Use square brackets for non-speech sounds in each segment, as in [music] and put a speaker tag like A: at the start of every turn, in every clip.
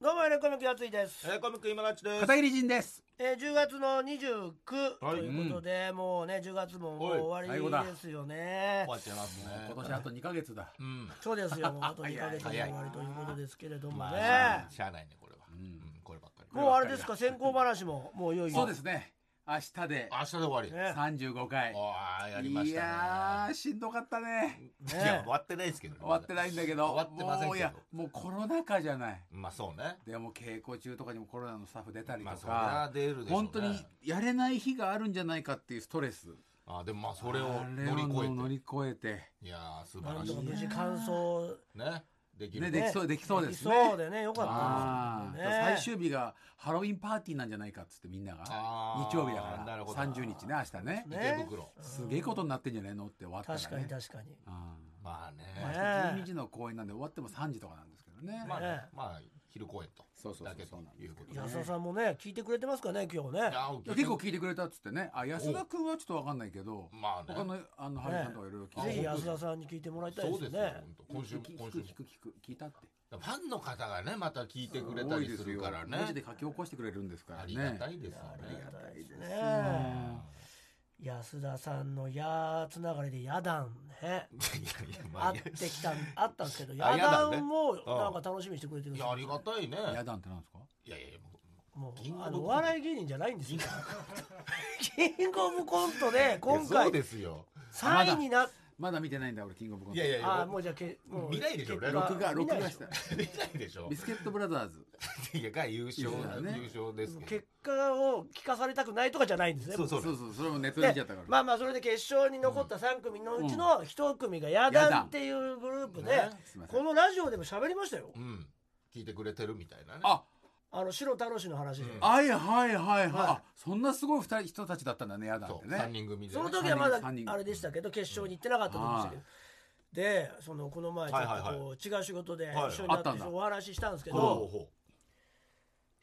A: ー、コミックやついです、
B: えー、コミック今立ちです。
C: 片桐仁です
A: えー、10月の29
B: はい
A: ということで、もうね10月ももう終わ
C: おい最後だ
A: りですよね
B: 終わっちゃいますね。
C: [laughs] 今年あと2ヶ月だ
B: うん。
A: そうですよもうあと2ヶ月で終
B: 早い
A: わりということですけれどもね、
B: まあ、しゃあないね、これは。うんん、こればっかり。
A: もうあれですか先行話ももういよいよ
C: そうですね明日で
B: 明日で終わり。
A: ね
C: 35回
B: おー、やりましたね。
C: いやーしんどかったね
B: いや、終わってないですけどね。
C: 終わってないんだけど
B: 終わってません
C: もうい
B: けど
C: や。もうコロナ禍じゃない
B: まあ、そうね。
C: でも稽古中とかにもコロナのスタッフ出たりと
B: まあ、そ
C: か、
B: りゃ出るでしょうね。
C: 本当にやれない日があるんじゃないかっていうストレス
B: あー、でもまあ、それを
C: あれ
B: 乗り
C: を
B: 越
C: 乗
B: えて。
C: り越えて
B: いやー、素
A: な
B: 晴
A: ん
B: らし
A: と
B: い
A: か。無事完走
B: ね。でき
C: ね
B: る。
C: で
A: ね
C: きそうできそうですね
A: できそうでねよかった
C: あ
A: ん
C: ー
A: ですけどね
C: 最終日がハロウィンパーティーなんじゃないかっつってみんなが
B: あー
C: 日曜日だか
B: なる
C: ら
B: ほど
C: 30日ね明日ね
A: ね
B: 池袋。
C: すげえことになってんじゃねえのって終わったらね
A: 確かに確かに
C: あ
B: まあ
C: ーま
B: ね。
C: あ12時の公演なんで終わっても3時とかなんですけどね、
B: まあね
A: ね、
B: まあ、昼公演と。
C: そうそうそう
B: だけということで。
A: 安田さんもね聞いてくれてますかね今日ね
B: いやー
C: 結構聞いてくれたっつってねあ安田君はちょっと分かんないけど、
B: まあね。
C: 他のあのハリさんとかいろいろ聞い
A: ぜ
C: て
A: ひ安田さんに聞いてもらいたい
B: そ
A: で
B: うですすよ、
A: ね
B: 本当。今週も、
C: 聞
B: 今
C: く
B: 週も
C: 聞。く聞く聞いたって
B: ファンの方がね、また聞いてくれた
C: 多い
B: り
C: ですす
B: る
C: よ
B: から
C: 文字で
B: ね。
C: 書き起こしてくれるんですか
B: あ
C: ら
B: りが
C: ね
B: たいですよ
A: あり
B: ね。
A: がたいですね安田さんの「や」つながりで「やだん」ね
B: いやいや、ま
A: あ
B: あ、
A: っ
B: いや
A: てき
B: [laughs]
A: たあったんですけど「
B: あ
A: や
B: やだ
A: だ
B: んね
A: ん」もなんか楽しみにしてくれてるん
B: い
A: です
B: や、あ
A: よ
B: りがたいね。い
C: や
B: や
C: だんってなんですか
B: いや、もう
A: も
B: キン
A: う
B: グオブ
A: あのお笑い芸人じゃないんですよキングオブコントで今
B: いやそ
A: 回
B: うですよ。
A: 3位になっ
C: まだ見てないんだ俺キングオブコン
B: い
C: ト
B: やいや
A: あ
B: いや、
A: ーもうじゃあけもう
B: 見ないでしょ
A: 結果
B: 録
C: 録画
A: 見な
C: 録
A: い
C: 画
A: で
C: し
A: しょ
C: た
B: 見ないでしょ
C: ビ。スケットブラザーズ
B: いや、が優勝
C: 優勝だ、ね
B: 優勝ですけど。
A: 結果を聞かされたくないとかじゃないんですね
B: そうそ
C: そうう
B: そ。
C: そううそれもネットで見ちゃ
A: で
C: ったから
A: まあまあそれで決勝に残った3組のうちの1組が「やだん」っていうグループで
B: ね
C: すいません
A: このラジオでも喋りましたよ
B: うん。聞いてくれてるみたいなね。
C: あ
A: あの白太郎氏の話で。
C: はいはいはいはい、あそんなすごい二人人たちだったんだねやだんっ
B: そ
C: て
B: う、三
C: ね
B: 人組で
A: その
B: ね。
A: 時はまだ
C: 三人
A: あれでしたけど決勝に行ってなかった時でしたけど、でそのこの前ちょっ
B: はいはい
A: とこう違う仕事で
B: はい
A: 一緒にな
C: あっ
A: ったて
C: んだ
A: お話ししたんですけ
B: ほうほう
A: ど
B: ほ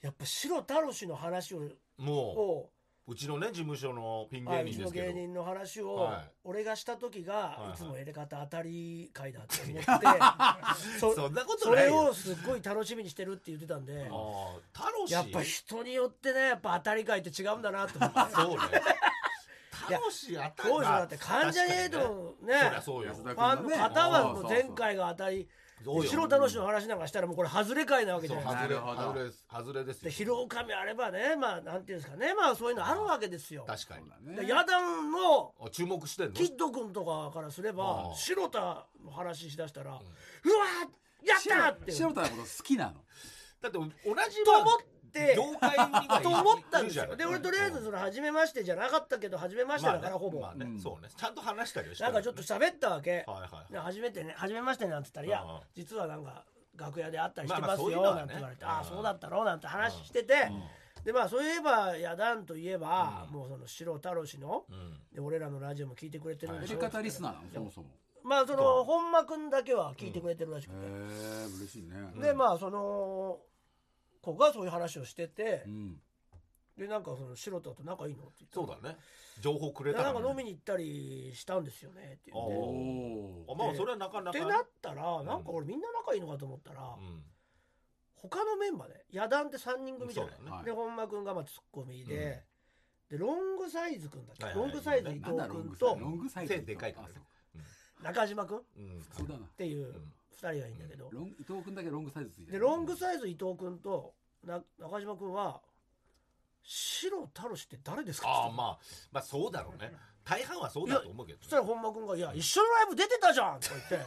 A: やっぱ白太郎氏の話を
B: うも
A: を
B: う、うちのね、事務所のピン
A: は
B: 芸
A: い、うち
B: 人で
A: の
B: すけ
A: 芸
B: ど。
A: 人の話を
B: はい
A: 俺がした時
B: いはい
A: がいつも入れ方当たり会だって思って
B: [laughs] そんなこと
A: そ
B: ない
A: れ
B: よ
A: を。すっごい楽しみにしてるって言ってたんで
B: ああ、太郎氏。
A: やっぱ人によってねやっぱ当たり会って違うんだなと思って。[laughs]
B: [laughs] そうね。タロシ当た
A: そうですよだって関ジャニエイ
B: 確か
A: トのね
B: にねそりゃそうよ。
C: 安田
A: ファンの方はもう前回が当たり
B: そうよ
A: 白太郎氏の話なんかしたらもうこれ外れ会なわけじ
B: そ
A: ゃ
B: う
A: ないですか
B: 外れ
C: なるほど
B: 外れ外れです
A: で
B: よ。
A: 疲労感あればねまあなんていうんですかねまあそういうのあるわけですよ
B: 確かに。
C: そうだ
A: で
C: ね
A: 野団の
B: あ注目してんの。
A: キッド君とかからすれ
B: あ
A: ば
B: あ
A: 白田の話しだしたら、うわーや
C: や
A: ったーって
C: 白田のこと好きなの
B: だって同じ
A: と思って
B: 業界にはい
A: と思ったんです
B: いるじゃな
A: よ
B: い
A: で俺とりあえずその初めましてじゃなかったけど初めましてだからほぼ、
B: まあね、そうね。ちゃんと話したりはして
A: な
B: る
A: んかちょっと喋ったわけ、
B: はいはい
A: で初めてね初めましてなんて言ったら「いや
B: うんうん
A: 実はなんか楽屋で会ったりしてますよ」
B: まあまあ
A: なんて言われて「
B: そういうの
A: あ
B: はね
A: あ
B: うん
A: そうだったろ」なんて話してて、でまあそういえば野団といえば、もうその白太郎氏の、で俺らのラジオも聞いてくれてるんでし
C: 入
A: ょ、
C: れ方リスナーなのそもそも
A: まあその本間君だけは聞いてくれてるらしく
C: へ
A: て、
C: え嬉しいね
A: でまあその子がそういう話をしてて、
C: うん
A: でなんかその白田と仲いいのって言って
B: そうだね。情報くれ
A: で
B: たら
A: な
B: ね。
A: んか飲みに行ったりしたんですよねって言って
B: お
C: お
B: ーあ
C: お
B: まあそれはなかな
A: って
B: か。
A: なったらなんか俺みんな仲いいのかと思ったら、
B: うん。
A: 他のメンバーね野団って3人組じ
B: そ
A: ゃ
B: う
A: ない
B: だ、
C: は
B: ね。
C: い
A: で本間君がまあツッコミで、でロングサイズ君だっけ、
B: はいはい
A: ロングサイズ伊
C: なん
A: 藤
C: だロン
A: 君
C: グサイ
A: と
C: ズロングサイズ
B: 背でかいからね
C: あそう
A: 中島君っ
B: うん。
C: 普通だな
A: ていう2人がいいんだけど、
C: ロン伊藤君だけロングサイズついてる
A: でロングサイズ伊藤君とな中島君は「白太郎氏って誰ですか?」
B: ああ
A: って
B: まあまあそうだろうね。大半はそうだと思うけど
A: そしたら本間君が「いや一緒のライブ出てたじゃん」とか言って。
B: ね。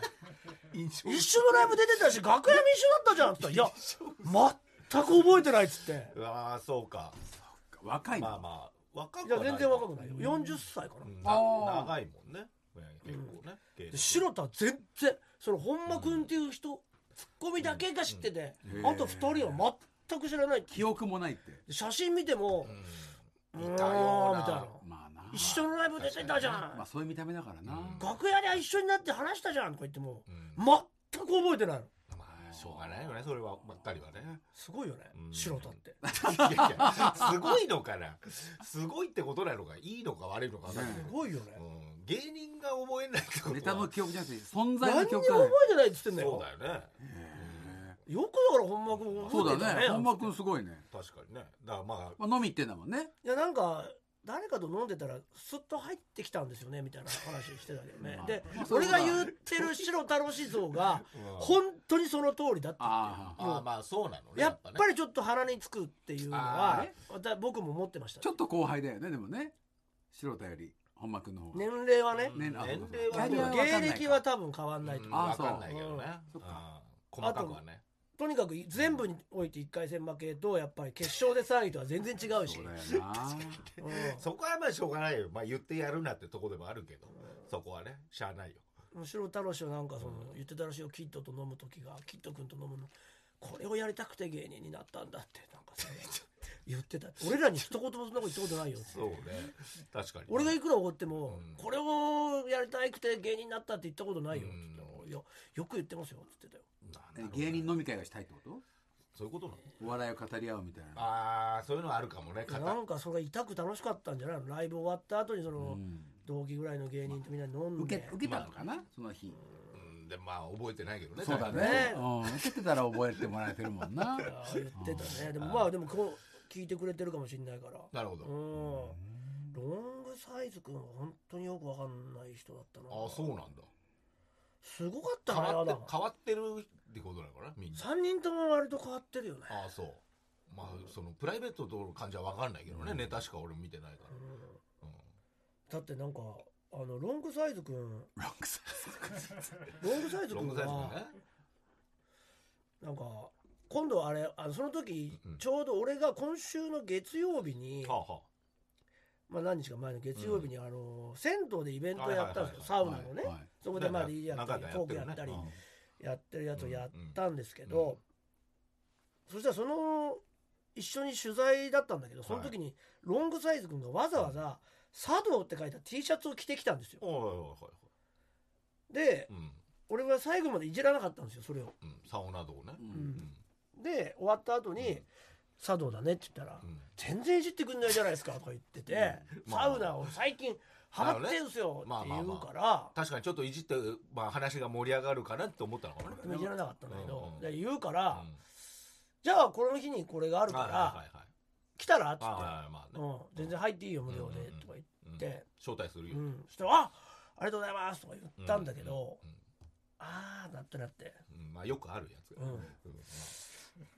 B: 印象
A: 一緒のライブ出てたし楽屋も一緒だったじゃんって言ったら「いや全く覚えてない」っつって
B: うわあそうか。
C: 若い
B: まあ
C: の
B: まあ若
A: い
B: く
A: や
B: はない
A: 全然若くないよ40歳かな、
B: うん
C: あ
B: な
C: ー
B: 長いもんね結構ね、芸
A: で
B: 歴
A: 白田は全然その本間君っていう人、ツッコミだけが知ってて、
C: うん
A: あと2人は全く知らない
C: 記憶もないって
A: で写真見ても「う
B: う
A: ーん」
B: んい
A: み
B: た
A: たい
B: ような
A: な
C: まあな
A: 「一緒のライブ出てたじゃん、
C: まあそういう見た目だからな
A: 楽屋で一緒になって話したじゃん」とか言っても、
B: ん
A: 全く覚えてないの
B: まあしょうがないよねそれはばっかりはね [laughs]
A: すごいよね、
B: うん
A: 白田って
B: いやいやすごいのかなすごいってことなのかいいのか悪いのか分かんないけ
A: す
B: ど、
A: ごいよね、
B: うん、芸人が覚えないってことは
C: ネタの記憶じゃなくて存在
A: 何
C: の
A: に
C: 記
A: も
C: 憶
A: 覚
C: がない
A: えてないっつってんだよ
B: そうだよね
C: へ
A: よくだから本間君
C: そう
A: 覚えて
C: だ
A: た
C: ね。本間君すごいね。
B: 確かにねだからまあ
C: まあ、飲み行ってんだもんね。
A: いやなんか誰かと飲んでたらすっと入ってきたんですよねみたいな話してたけどね
C: まあ
A: で
C: まあそう
A: 俺
C: いうこと
A: が
C: だ
A: 言ってる白太郎思想
C: [laughs]
A: が
B: うん
A: 本当にその通りだった
C: ああ。
B: ああまあそうなのね
A: やっぱ
B: り
A: りちょっと鼻につくっていうの
B: あー
A: は
B: ね
A: また僕も思ってました
C: ちょっと後輩だよね、でもね。素人より、本間君の方が。
A: 年齢はね
B: ね年
C: ねあ
B: 齢
C: キャ
B: は
A: で
C: リア
A: も
C: は
B: ね
A: 芸歴は多分変わんないと
B: う
A: 思
B: ん
A: う、
C: あ
B: わ
C: そう
B: かんないけどね
C: そっか
B: うん細かくはね
A: とにかく全部において1回戦負けとやっぱり決勝で3位とは全然違うし
C: そうだよな。
A: うん
B: そこはまあしょうがないよまあ言ってやるなってとこでもあるけどそこはねしゃあないよ
A: 白太郎氏はなんかその言ってたらしいよキッドと飲む時がキッド君と飲むのこれをやりたくて芸人になったんだってなんか
C: [laughs]
A: さ言ってた俺らに一言もそんなこと言ったことないよって
B: そうね確かに
A: 俺がいくら怒っても、
B: うん
A: これをやりたくて芸人になったって言ったことないよって言ったら
B: う
A: いやよく言ってますよって言ってたよ
B: なんだろうね
C: 芸人飲み会がしたいってこと
B: そういうことなの
C: お笑いを語り合うみたいな。
B: ああそういうのはあるかもね肩
A: なんかそれが痛く楽しかったんじゃないのライブ終わった後にその、
C: うん
A: 同期ぐらいの芸人とみんなで飲ん
C: 受
A: で、
C: け、受けたのかなその日。
B: うんでまあ覚えてないけどね
C: そうだ
B: から
C: ね。うん受けてたら覚えてもらえてるもんな。
A: あー言ってたねでもまあでもこう聞いてくれてるかもしれないから
B: なるほど
A: うんロングサイズ君は本当によくわかんない人だったな
B: ああそうなんだ
A: すごかった
B: 変
A: な
B: わ
A: ア
B: って
A: ダム
B: 変わってるってことなのかなみんな
A: 3人とも割と変わってるよね
B: ああそうまあそのプライベートとの感じは分かんないけどね、ネタしか俺見てないから、うん
A: だってなんかあのロングサイズ君
C: ロングサ
A: ロングサイズ
B: ロン
A: 君
B: グサイズの
A: が
B: ね
A: なんか今度あれあのその時
B: うん
A: ちょうど俺が今週の月曜日に、
B: はあは
A: まあ、何日か前の月曜日にあの銭湯でイベントやったんですよサウ
B: はい
A: ナ
B: はいはいは
A: の
B: い
A: ね
C: はいはい
A: そこでまあ
B: ね
A: DJ やったり
B: なんかや
A: ト
B: っ
A: ーク
B: てる
A: や
B: ね
A: ったり
B: うん
A: やってるやつをやったんですけ
B: うんうん
A: どそしたらその一緒に取材だったんだけどその時にロングサイズ君がわざわざ「茶道」って書いた T シャツを着てきたんですよ
B: あおいおいおいおい
A: で
B: うん
A: 俺は最後までいじらなかったんですよそれを
B: うんサウナ道ね
C: う。
A: うんんで終わった後に「茶道だね」って言ったら
B: うん
A: 「全然いじってくんないじゃないですか」とか言ってて「
B: うんまあ
A: サウナを最近ハマってんすよ」
B: ま
A: っ
B: あ
A: て
B: まあ
A: 言
B: まあ
A: うから
B: 確かにちょっといじって、まあ、話が盛り上がるかなって思ったのかもね、
A: でもいじらなかったんだけど
B: うん
A: で言うか
B: うん
A: ら
B: はい
A: 「じゃあこの日にこれがあるか
B: はい
A: ら
B: はいはい
A: 来たら?」っつ
B: あ
A: っ
B: あ
A: て。
B: はいはいまあね、
A: うん、全然入っていいよ無料で
B: うんうんうん
A: とか言っ
B: うん
A: て、
B: 招待する
A: う
B: よ、
A: んそしたら「あありがとうございます」とか言ったんだけど、
B: うん
A: ああなってなって、
B: うんうんまあよくあるやつ、
A: うん
B: うんま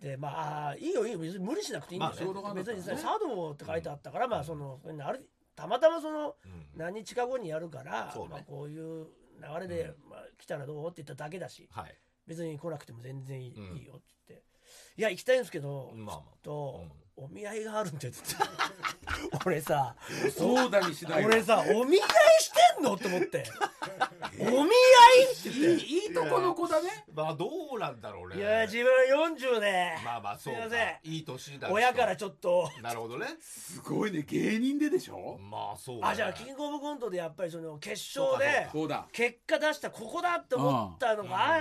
A: でまああーいいよいいよ別に無理しなくていいんだよ、
B: まあ仕
C: 事があるんだ
A: 別
C: ったら
A: に
C: ね
A: さ「茶道」って書いてあったから、まあそのあるたまたまその
B: あうん
A: 何日か後にやるから、
B: そうね
A: まあ、こういう流れで、まあ、来たらどうって言っただけだし
B: はい
A: 別に来なくても全然いい,、
B: うん
A: いいよって言って「いや行きたいんですけど、
B: まあまあ
A: ちょっと、お見合いがあるんで」って言って [laughs] 俺さ
C: そうだにしないよ。
A: 俺さお見合いしてんのと思ってお見合いって言って
C: いいとこの子だね。
B: まあどうなんだろうね
A: いや自分40で、
B: まあまあそうか
A: すいませ
B: いい年だし
A: ん親からちょっと
B: なるほどね
C: すごいね。芸人ででしょ
B: まあそうだね
A: あじゃあキングオブコントでやっぱりその決勝で
C: そうだ。
A: 結果出したここだって思ったのが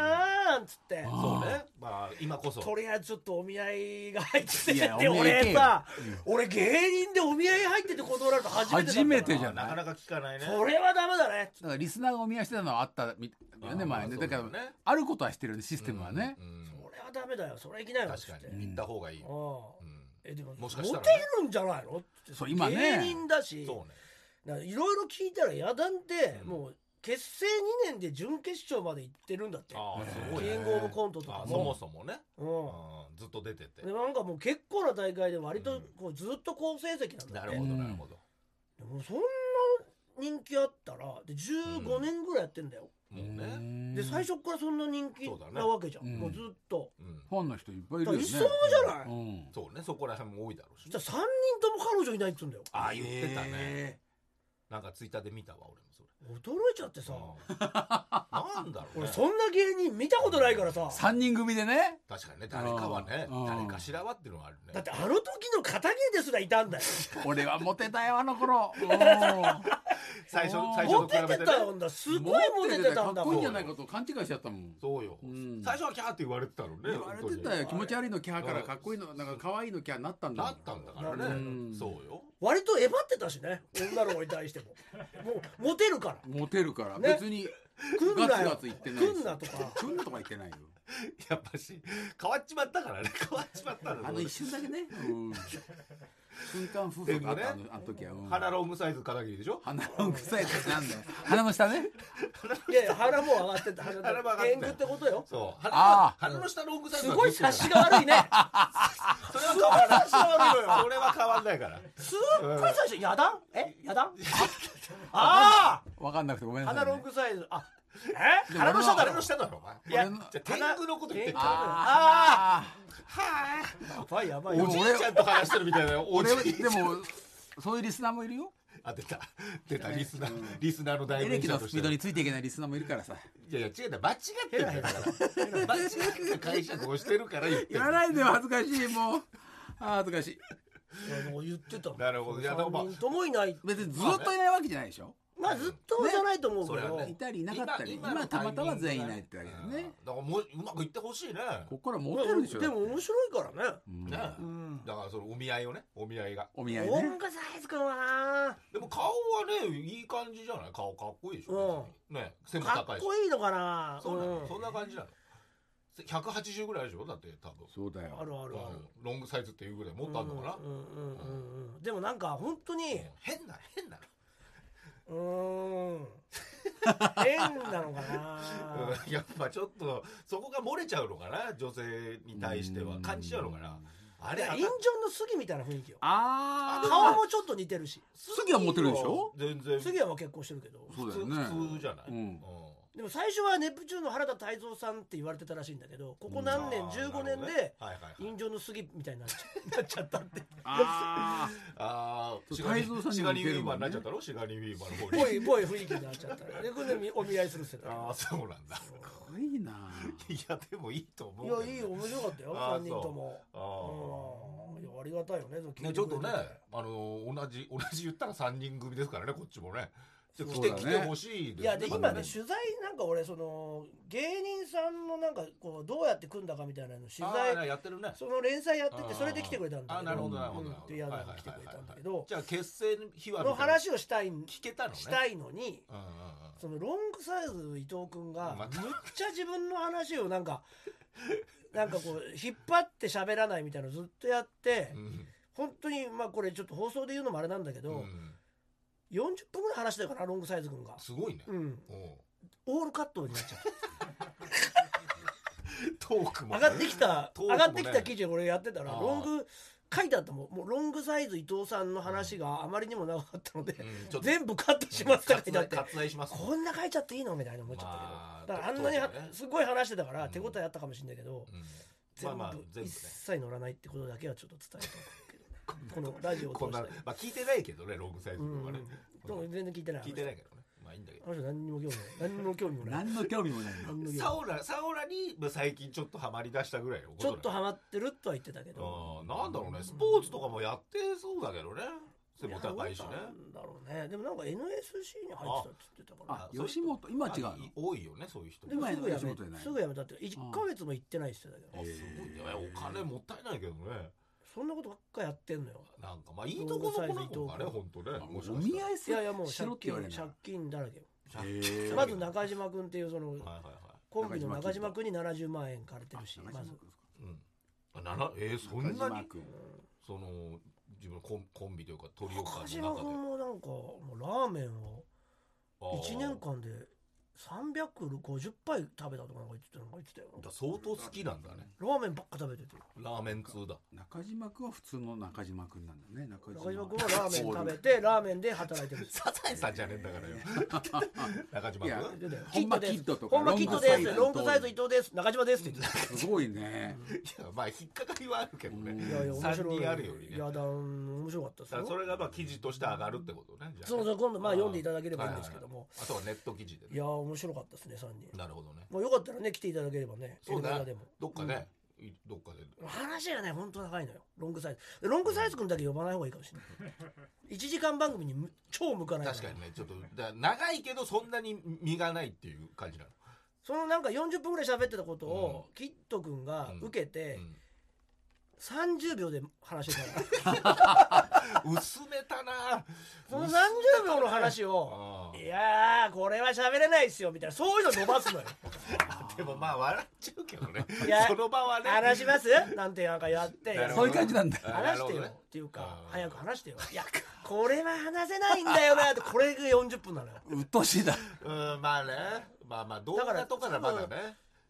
A: あーあーんつって
C: うん
B: そうねまあ今こそ
A: とりあえずちょっとお見合いが入って
C: い
A: て
C: や
A: で
C: お見合
A: 俺
C: い行けよ
A: さ俺芸人でお見合い入ってて断られたの初めてだった
C: 初めてじ
B: ま
C: ゃ
B: あなかなか聞かないね
A: それはダメだね
C: だからリスナーがお見合いしてたのはあったみたい
B: あ
C: ね
B: ー
C: 前ね
B: まあ
C: だか
B: そうだ
C: ら
B: ね
C: あることはしてるねシステムはね
B: うんうん
A: それはダメだよそれいきないよ
B: 確か
A: つって
B: に行った方がいいよ
A: うん
B: うん
A: えでも
B: もしかしたら
A: モ
B: ね
A: テるんじゃないのって
C: そう今ね
A: 芸人だし
B: そうね
A: なんかいろいろ聞いたら野団って
B: うん
A: もう結成2年で準決勝まで行ってるんだって
B: ああすごい
A: キ
B: ね
A: ングオブコントと
B: あ
A: か
B: あそも
A: も
B: そもね
A: う
B: うんずっと出てて
A: んでなんかもう結構な大会で割とこうずっと好成績なんだ
B: な
A: っ
B: る
A: て
B: ほど
C: うん
B: なるほど
A: でもそんな人気あったらで15年ぐらいやってんだよ
B: もうね
A: で最初からそんな人気
B: そうだね
A: なわけじゃん
C: うん
A: もうずっと
B: うん
C: ファンの人いっぱいい
A: だ
C: る
A: か
C: よ
A: ら
C: ね
A: いそうじゃない
C: うん
B: そうねそこら辺も多いだろうし
A: じゃあ3人とも彼女いないって言うんだよ
B: ああ言ってたね
C: へ
B: なんかツイッターで見たわ俺もそれ
A: 驚いちゃってさ
B: うんなんだろう
A: 俺
B: ね
A: そんな芸人見たことないからさ
C: ー三人組でね
B: 確かにね誰かはね
C: うん
B: 誰かしらはっていうのはあるね
A: だってあの時の片桐ですらいたんだよ
C: 俺はモテたよあの頃うん
B: 最初
C: おー
B: 最初
A: モ
B: と
A: テ
B: 比べ
A: て
B: てね
A: たんだすごいモテてたん
C: か
A: だ
C: っこいいん
A: も
C: じ
A: ん
C: ゃないかと勘違いしちゃったもん
B: そうよ
C: うん
B: 最初はキャーって言われてたのね
C: 言われてたよ気持ち悪いのキャーからかっこいいのなんか可愛いのキャーになったんだも
B: なんったんだから
A: な
B: ね
A: る
C: ほど
B: そうよ
A: 割とえばってたしね女の子に対してももうモテるから
C: モテるから
A: ね
C: 別に
A: 来ん
C: ガ
A: な
C: ツガ
A: よ
C: ツ言ってないです
A: 来んなとか
C: 来んなとか言ってないよ
B: やっぱし変わっちまったからね [laughs] 変わっちまったの
C: あの一瞬だけね、うん、瞬間風俗があったあのあの時は、うん、
B: 鼻ロングサイズ片桐でしょ
C: 鼻の臭いやつなんだよ鼻の下ね
A: いやいや腹も上がってた鼻
B: 腹も上がってた
A: 天狗ってこと
B: [laughs]
A: よ
B: そう
C: あ
B: 鼻
C: ー
B: 鼻の下ロングサイズ
A: すごい察
B: し
A: しが
B: [laughs]
A: 悪いね
B: それは変わらないそれは変わんないから
A: すっごい最初やだんえやだんあ
C: わかんなくてごめん
A: あ
C: なさ
A: 鼻
C: い、ね、
A: ロングサイズあ
B: え鼻の下だ鼻の下だろお
A: いや
B: 前
C: 俺の
B: じゃあ天狗のこと言ってんじゃん
C: あ
B: は
A: やばいやば
B: あ
A: いや
B: お
A: ばい
B: じいちゃんと話してるみたいな
C: あ
B: おじ
C: [laughs] 俺はいでもそういうリスナーもいるよ
B: あ出た出たリスナーリスナーの代
C: エレ
B: 弁
C: キ
B: 者
C: の
B: と
C: ス
B: し
C: ピード
B: て
C: についていけないリスナーもいるからさ
B: いやいや違うんだよ間違ってるんだから間違った解釈をしてるから言って
C: 言
B: る
C: わないでよ恥ずかしいもうあー恥ずかしい
A: もう言ってたもん
B: なるほどいやでもまあ
A: 三人ともいない
C: 別にずっといないわけじゃないでしょ
A: まあずっとじゃないと思うけ
B: そ
A: ど、
B: れはね
C: いたりいなかったり今
B: の
C: たまたま全員いないってだけだよ
B: うん
C: ね
B: だからもううまくいってほしいね
C: ここからモ
A: まあ
C: テるでしょ
A: でも面白いからね、
C: うん
B: ね
A: うん、
B: だからそのお見合いをねお見合いが
C: お見合い
A: ロ
C: ね
A: ングサイズ君は
B: でも顔はねいい感じじゃない顔かっこいいでしょ別にね背
A: な
B: も
A: か
B: 高
A: っ
B: いし
A: こいいのかな
B: そうなの
A: う
B: よ
A: ん
B: そんな感じなの180ぐらいあるでしょだって多分
C: そうだよ
A: あるあるある
B: うんロングサイズっていうぐらいもっとあるのかな
A: うんうんうんうんでもなんか本当に
B: 変な変なの
A: うー
B: [laughs]
A: ん変なのかな
B: うんやっぱちょっとそこが漏れちゃうのかな女性に対しては感じちゃうのかなあ
A: あ
B: れ
A: れインジョンの杉みたいな雰囲気よ
C: あー
A: 顔もちょっと似てるし
C: 杉はモテるでしょ
B: 全然
A: 杉は結婚してるけど
C: そうだ
B: 普
C: よ
B: 通
C: ね
B: 普通じゃない
C: うん
A: でも最初はネプチューンの原田泰造さんって言われてたらしいんだけどここ何年
B: あー
A: 15年
B: なるほど
A: で
B: ねはいはいはい
A: インジョンの杉みたいになっちゃなっちゃった
B: [laughs]
A: って
C: あ
B: ああ、
C: そう泰造さんに
B: シ
C: も
B: ガ
C: 似
B: ニー
C: て
B: ウィ
C: る
B: ー
C: も
B: バーにな
C: んね
B: っちゃったろシガニーウィーバーの方
A: ぽ
B: に。
A: いぽい雰囲気になっちゃったでこれでお見合いするっすよ
B: ああ、そうなんだ。
C: ーかっこいいない
B: や、でもいいと思う
A: い
B: けど
A: や
B: ね。
A: いいよ面白かったよ
B: あー
A: 3人とも
B: あ
A: うんいやありがたいよね
B: あ。ね、ちょっとね、あの、同じ、同じ言ったら三人組ですからね、こっちもね。ちょ来て、
C: そうだね
B: 来てほしいです
A: いやで今
B: ま
A: ね
B: だ
A: 取材なんか俺その芸人さんのなんかこうどうやって組んだかみたいなの取
B: あ
A: 材
B: あやってるね。
A: その連載やって
B: あ
A: て
B: ー
A: それで来てくれたんだ
B: あ
A: けど
B: ーなるほど、なる
A: う
B: ほど
A: ん
B: なるほど。
A: っていうやつ
B: はい
A: が
B: はい
A: 来てくれたんだけ
B: はいはい
A: ど
B: じゃあ、結成秘話
A: の
B: みたいな
A: 話をしたいん
B: 聞けたのね。
A: したいのに
B: うんうんうん。
A: そのロングサイズの伊藤君がむ
B: ま
A: ったちゃ自分の話をなんかなんかこう引っ張って喋らないみたいなのずっとやって
B: うん
A: 本当にまあこれちょっと放送で言うのもあれなんだけど、
B: うん
A: 40分ぐらい話してるかなロングサイズ君が、
B: すごいね。
A: うん、
B: おう
A: オールカットになっちゃ
B: [laughs]
A: う
B: トークも
A: 上
B: ね。
A: がってきた、
B: トーク
A: 上
B: もね
A: がってきた記事俺やってたら
B: あー
A: ロング書いてあったもんもうロングサイズ伊藤さんの話があまりにも長かったので、
B: うんちょっと
A: 全部カットしますって書いてあって
B: 割愛します
A: こんな書いちゃっていいのみたいな思っちゃったけど、だか
B: まあ
A: らあんなには、
B: そうだね
A: すごい話してたから
B: うん
A: 手応えあったかもしれないけど、
B: うん
A: 全
B: ま
A: 部,、
B: あまあ全部ね
A: 一切乗らないってことだけはちょっと伝えたけどこのラジオを通
B: こんな
A: して、
B: まあ、聞いてないけどねロングサイズ
A: う
B: の
A: ん
B: は
A: うん
B: ね
A: で、も全然聞いてない
B: 聞いてないけどねまあいいんだけど
A: あの人何にも興味ない何にも興味もない
C: 何の興味もないな
A: 何にも興味ない
B: サオラサオラにまあ最近ちょっとハマり出したぐらいのこ
A: ち
B: と
A: ょ
B: だ
A: っとハマってるとは言ってたけど。
B: うんなんだろうねスポーツとかもやってそうだけどね背も高いしね
A: いやなんだろうね。でもなんか NSC に入ってたって言ってたから
C: あ。吉本今は違うの
B: あい多いよねそういう人
A: でもす
C: 今
A: ぐや
C: 吉
A: め
C: 本じゃない
A: すぐやめたって一ヶ月も行ってないって言ってたけ
B: あ
A: ど。
B: すごいねいやお金もったいないけどね
A: そんなことばっかやってんのよ。
B: なんかまあいいとこの子なのかね
A: ロ
B: 本当ねもし
C: お
B: かし
C: 見
B: たら
C: 合い
A: いやいやもう
C: しろ
A: 借
C: って言
A: 金
C: われる
A: 借金だらけよ。
C: へー
A: まず中島君っていうその
B: はいはいは
A: コンビの中
C: 中
A: 島
C: 島
A: 君に70万円借りてるし、
C: あ
A: まず。
B: いうんあななえー、そんな
C: 中島
B: に
C: 君
B: その自分のコンコンビというかトリオ
A: 中
B: 感
A: 島
B: の中
A: 君
B: で
A: もなんかもうラーメンを
B: あー
A: 1年間で350杯食べたとかなんか言ってたのか言ってたよ。
B: だ相当好きなんだね
A: ラーメンばっか食べてて。
B: ラーメン通だ
C: 中島君は普通の中島君なんだね中
A: 中島君はラーメン食べてラーメンで働いてるんです
B: サザエさんじゃねえんだか
A: [laughs]
B: らよ中島
C: いや
A: キ [laughs] ット
B: 君
C: ほんま
A: で
C: キ
A: す
C: ットとか
A: 本場キットですロングサイズ伊藤です中島ですって言って [laughs] た
C: すごいね
B: いやまあ引っかかりはあるけどね
C: うん
A: いやいや面
B: 三
A: 白い
B: 人あるよりね
A: いやだ面白かったです
B: だからそ
A: よ
B: れがまあ記事として上がるってことねじゃあね
A: そうそう今度まあ読んでいただければいいんですけど
B: は
A: も
B: いはいはいあとはネット記事で
A: い
B: ね
A: や面白かったですね3人
B: なるほどね
A: まあよかったらね来ていただければね
B: そう
A: 映画で
B: ね
A: も
B: どっかねいどっかで
A: 話がね本当長いのよロングサイズロングサイズ君だけ呼ばない方がいいかもしれない1
B: [laughs]
A: 時間番組にむ超向かないら
B: 確かにねちょっとだ長いけどそんなに身がないっていう感じなの
A: そのなんか40分ぐらい喋ってたことをキット君が受け
B: う
A: て
B: ん
A: 30秒で話して
B: [laughs]
A: たの
B: 薄めたな
A: その30秒の話
B: [laughs]
A: を「
B: あ
A: いやーこれは喋れないですよ」みたいなそういうの伸ば
B: [laughs]
A: すのよ
B: あでもまあ笑っちゃうけどね
A: いや
B: その場はね
A: 話しますなんてなんかやって
B: なる
C: そ
B: ほ
C: う
B: ど
C: いう感じなんだ。
B: あな
A: 話
B: る
A: し
B: ほ
A: て
B: ど
A: よ
B: ね
A: っていうか
B: あー
A: 早く話してよいやこれは話せないんだよなってこれが40分なのよ
C: うっとうしいだ。
B: うんまあねまあまあ動
A: だから
B: 画とかならまだね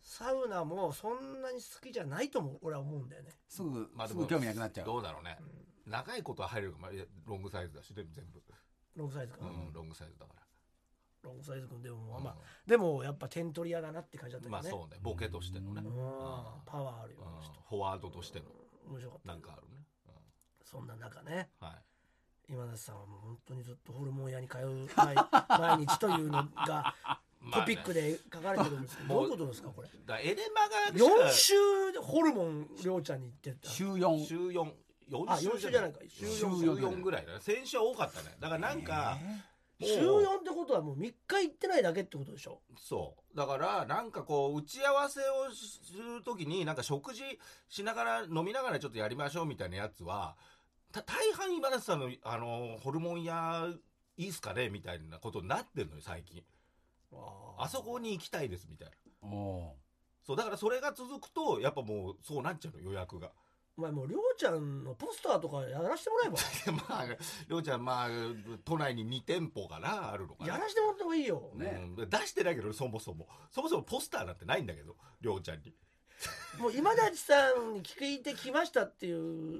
A: サウナもそんなに好きじゃないとも俺は思うんだよね
C: すぐ
B: まあ、ですも
C: ぐ興味なくなっちゃう。
B: どうだろうね長いことは入れるかまあいやロングサイズだしでも全部
A: ロングサイズか、
B: うんロングサイズだから
A: ロングサイズ君でもまあ、
B: うん
A: でもやっぱ点取り屋だなって感じだったよね、
B: まあそうねボケとしてのね
A: う
B: うんん
A: パワーあるよ、ちょっ
B: フォワードとしての
A: と面白かった
B: なんかあるねう
A: そんな中ね
B: んはい
A: 今田さんはもう本当にずっとホルモン屋に通う
B: [laughs]
A: 毎毎日というのが
B: まあ
A: ト
B: ね
A: ピックで書かれてるんですけど、
B: も
A: ど
B: う
A: ういうことですかこれ
B: だからエレマが
A: 4週ホルモンりょうちゃんに行ってた
C: 週4。
B: 週4
A: あ
B: 4
A: 4週じゃないか週
B: 週
A: 4
B: 4
C: 週四じゃない
B: ぐらいだね先週は多かったねだからなんか、
A: 週
B: もう
A: 4ってことはもう3日行ってないだけってことでしょ
B: そうだからなんかこう打ち合わせをするときになんか食事しながら飲みながらちょっとやりましょうみたいなやつはた大半今田さんのあのホルモン屋いいっすかねみたいなことになってるのよ最近あそこに行きたいですみたいな
C: お
B: そうだからそれが続くとやっぱもうそうなっちゃうの予約が
A: お前もうりょうちゃんのポスターとかやらしてもらえば
B: まありょうちゃんまあ都内に2店舗かなあるのかな
A: やらしてもらった方がいいよ、
C: ね
B: うん、出してないけどそもそもそもそもポスターなんてないんだけどりょうちゃんに
A: もう今立さんに聞いてきましたってい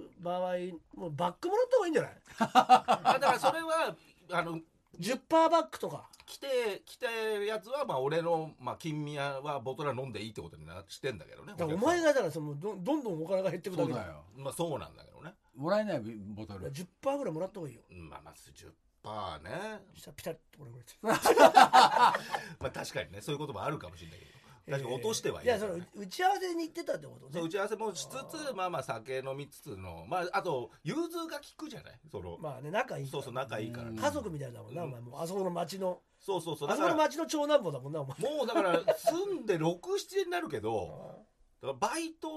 A: う場合もうバックもらった方がいいんじゃない
B: あだからそれはあの
A: 10%バックとか
B: 来て来てるやつはまあ俺の、まあ、金宮はボトルは飲んでいいってことになしてんだけどね
A: だからお
B: 客さん
A: 前がだからそのどどんどんお金が減って
C: ー
A: くだ
C: そ
A: け
C: う
A: だ
C: だ
A: よ
C: よ。
B: まあそうなんだけどね
C: もらえないボトル。
A: 10%ぐらいもらった方がいいよ
B: まあまず10%ね
A: そしたらピタッと俺も
B: [laughs] まあ確かにねそういうこともあるかもしれないけど確かに落としてはい
A: いや
B: か
A: そ
B: ら
A: の
B: ね
A: 打ち合わせに行ってたってこと
B: そう打
A: ね
B: ち合わせもしつつまあまあ酒飲みつつのまああと融通が効くじゃないその、
A: まあね仲いいから
B: そうそう仲いいからね、
C: うん
A: 家族みたいだもんな、お前もうあそこの町の
B: そうそうそう
A: あ
B: だ
A: そ
B: か
A: この
B: ら
A: 町の長男坊だもんなお前
B: もうだから住んで67年になるけどだからバイト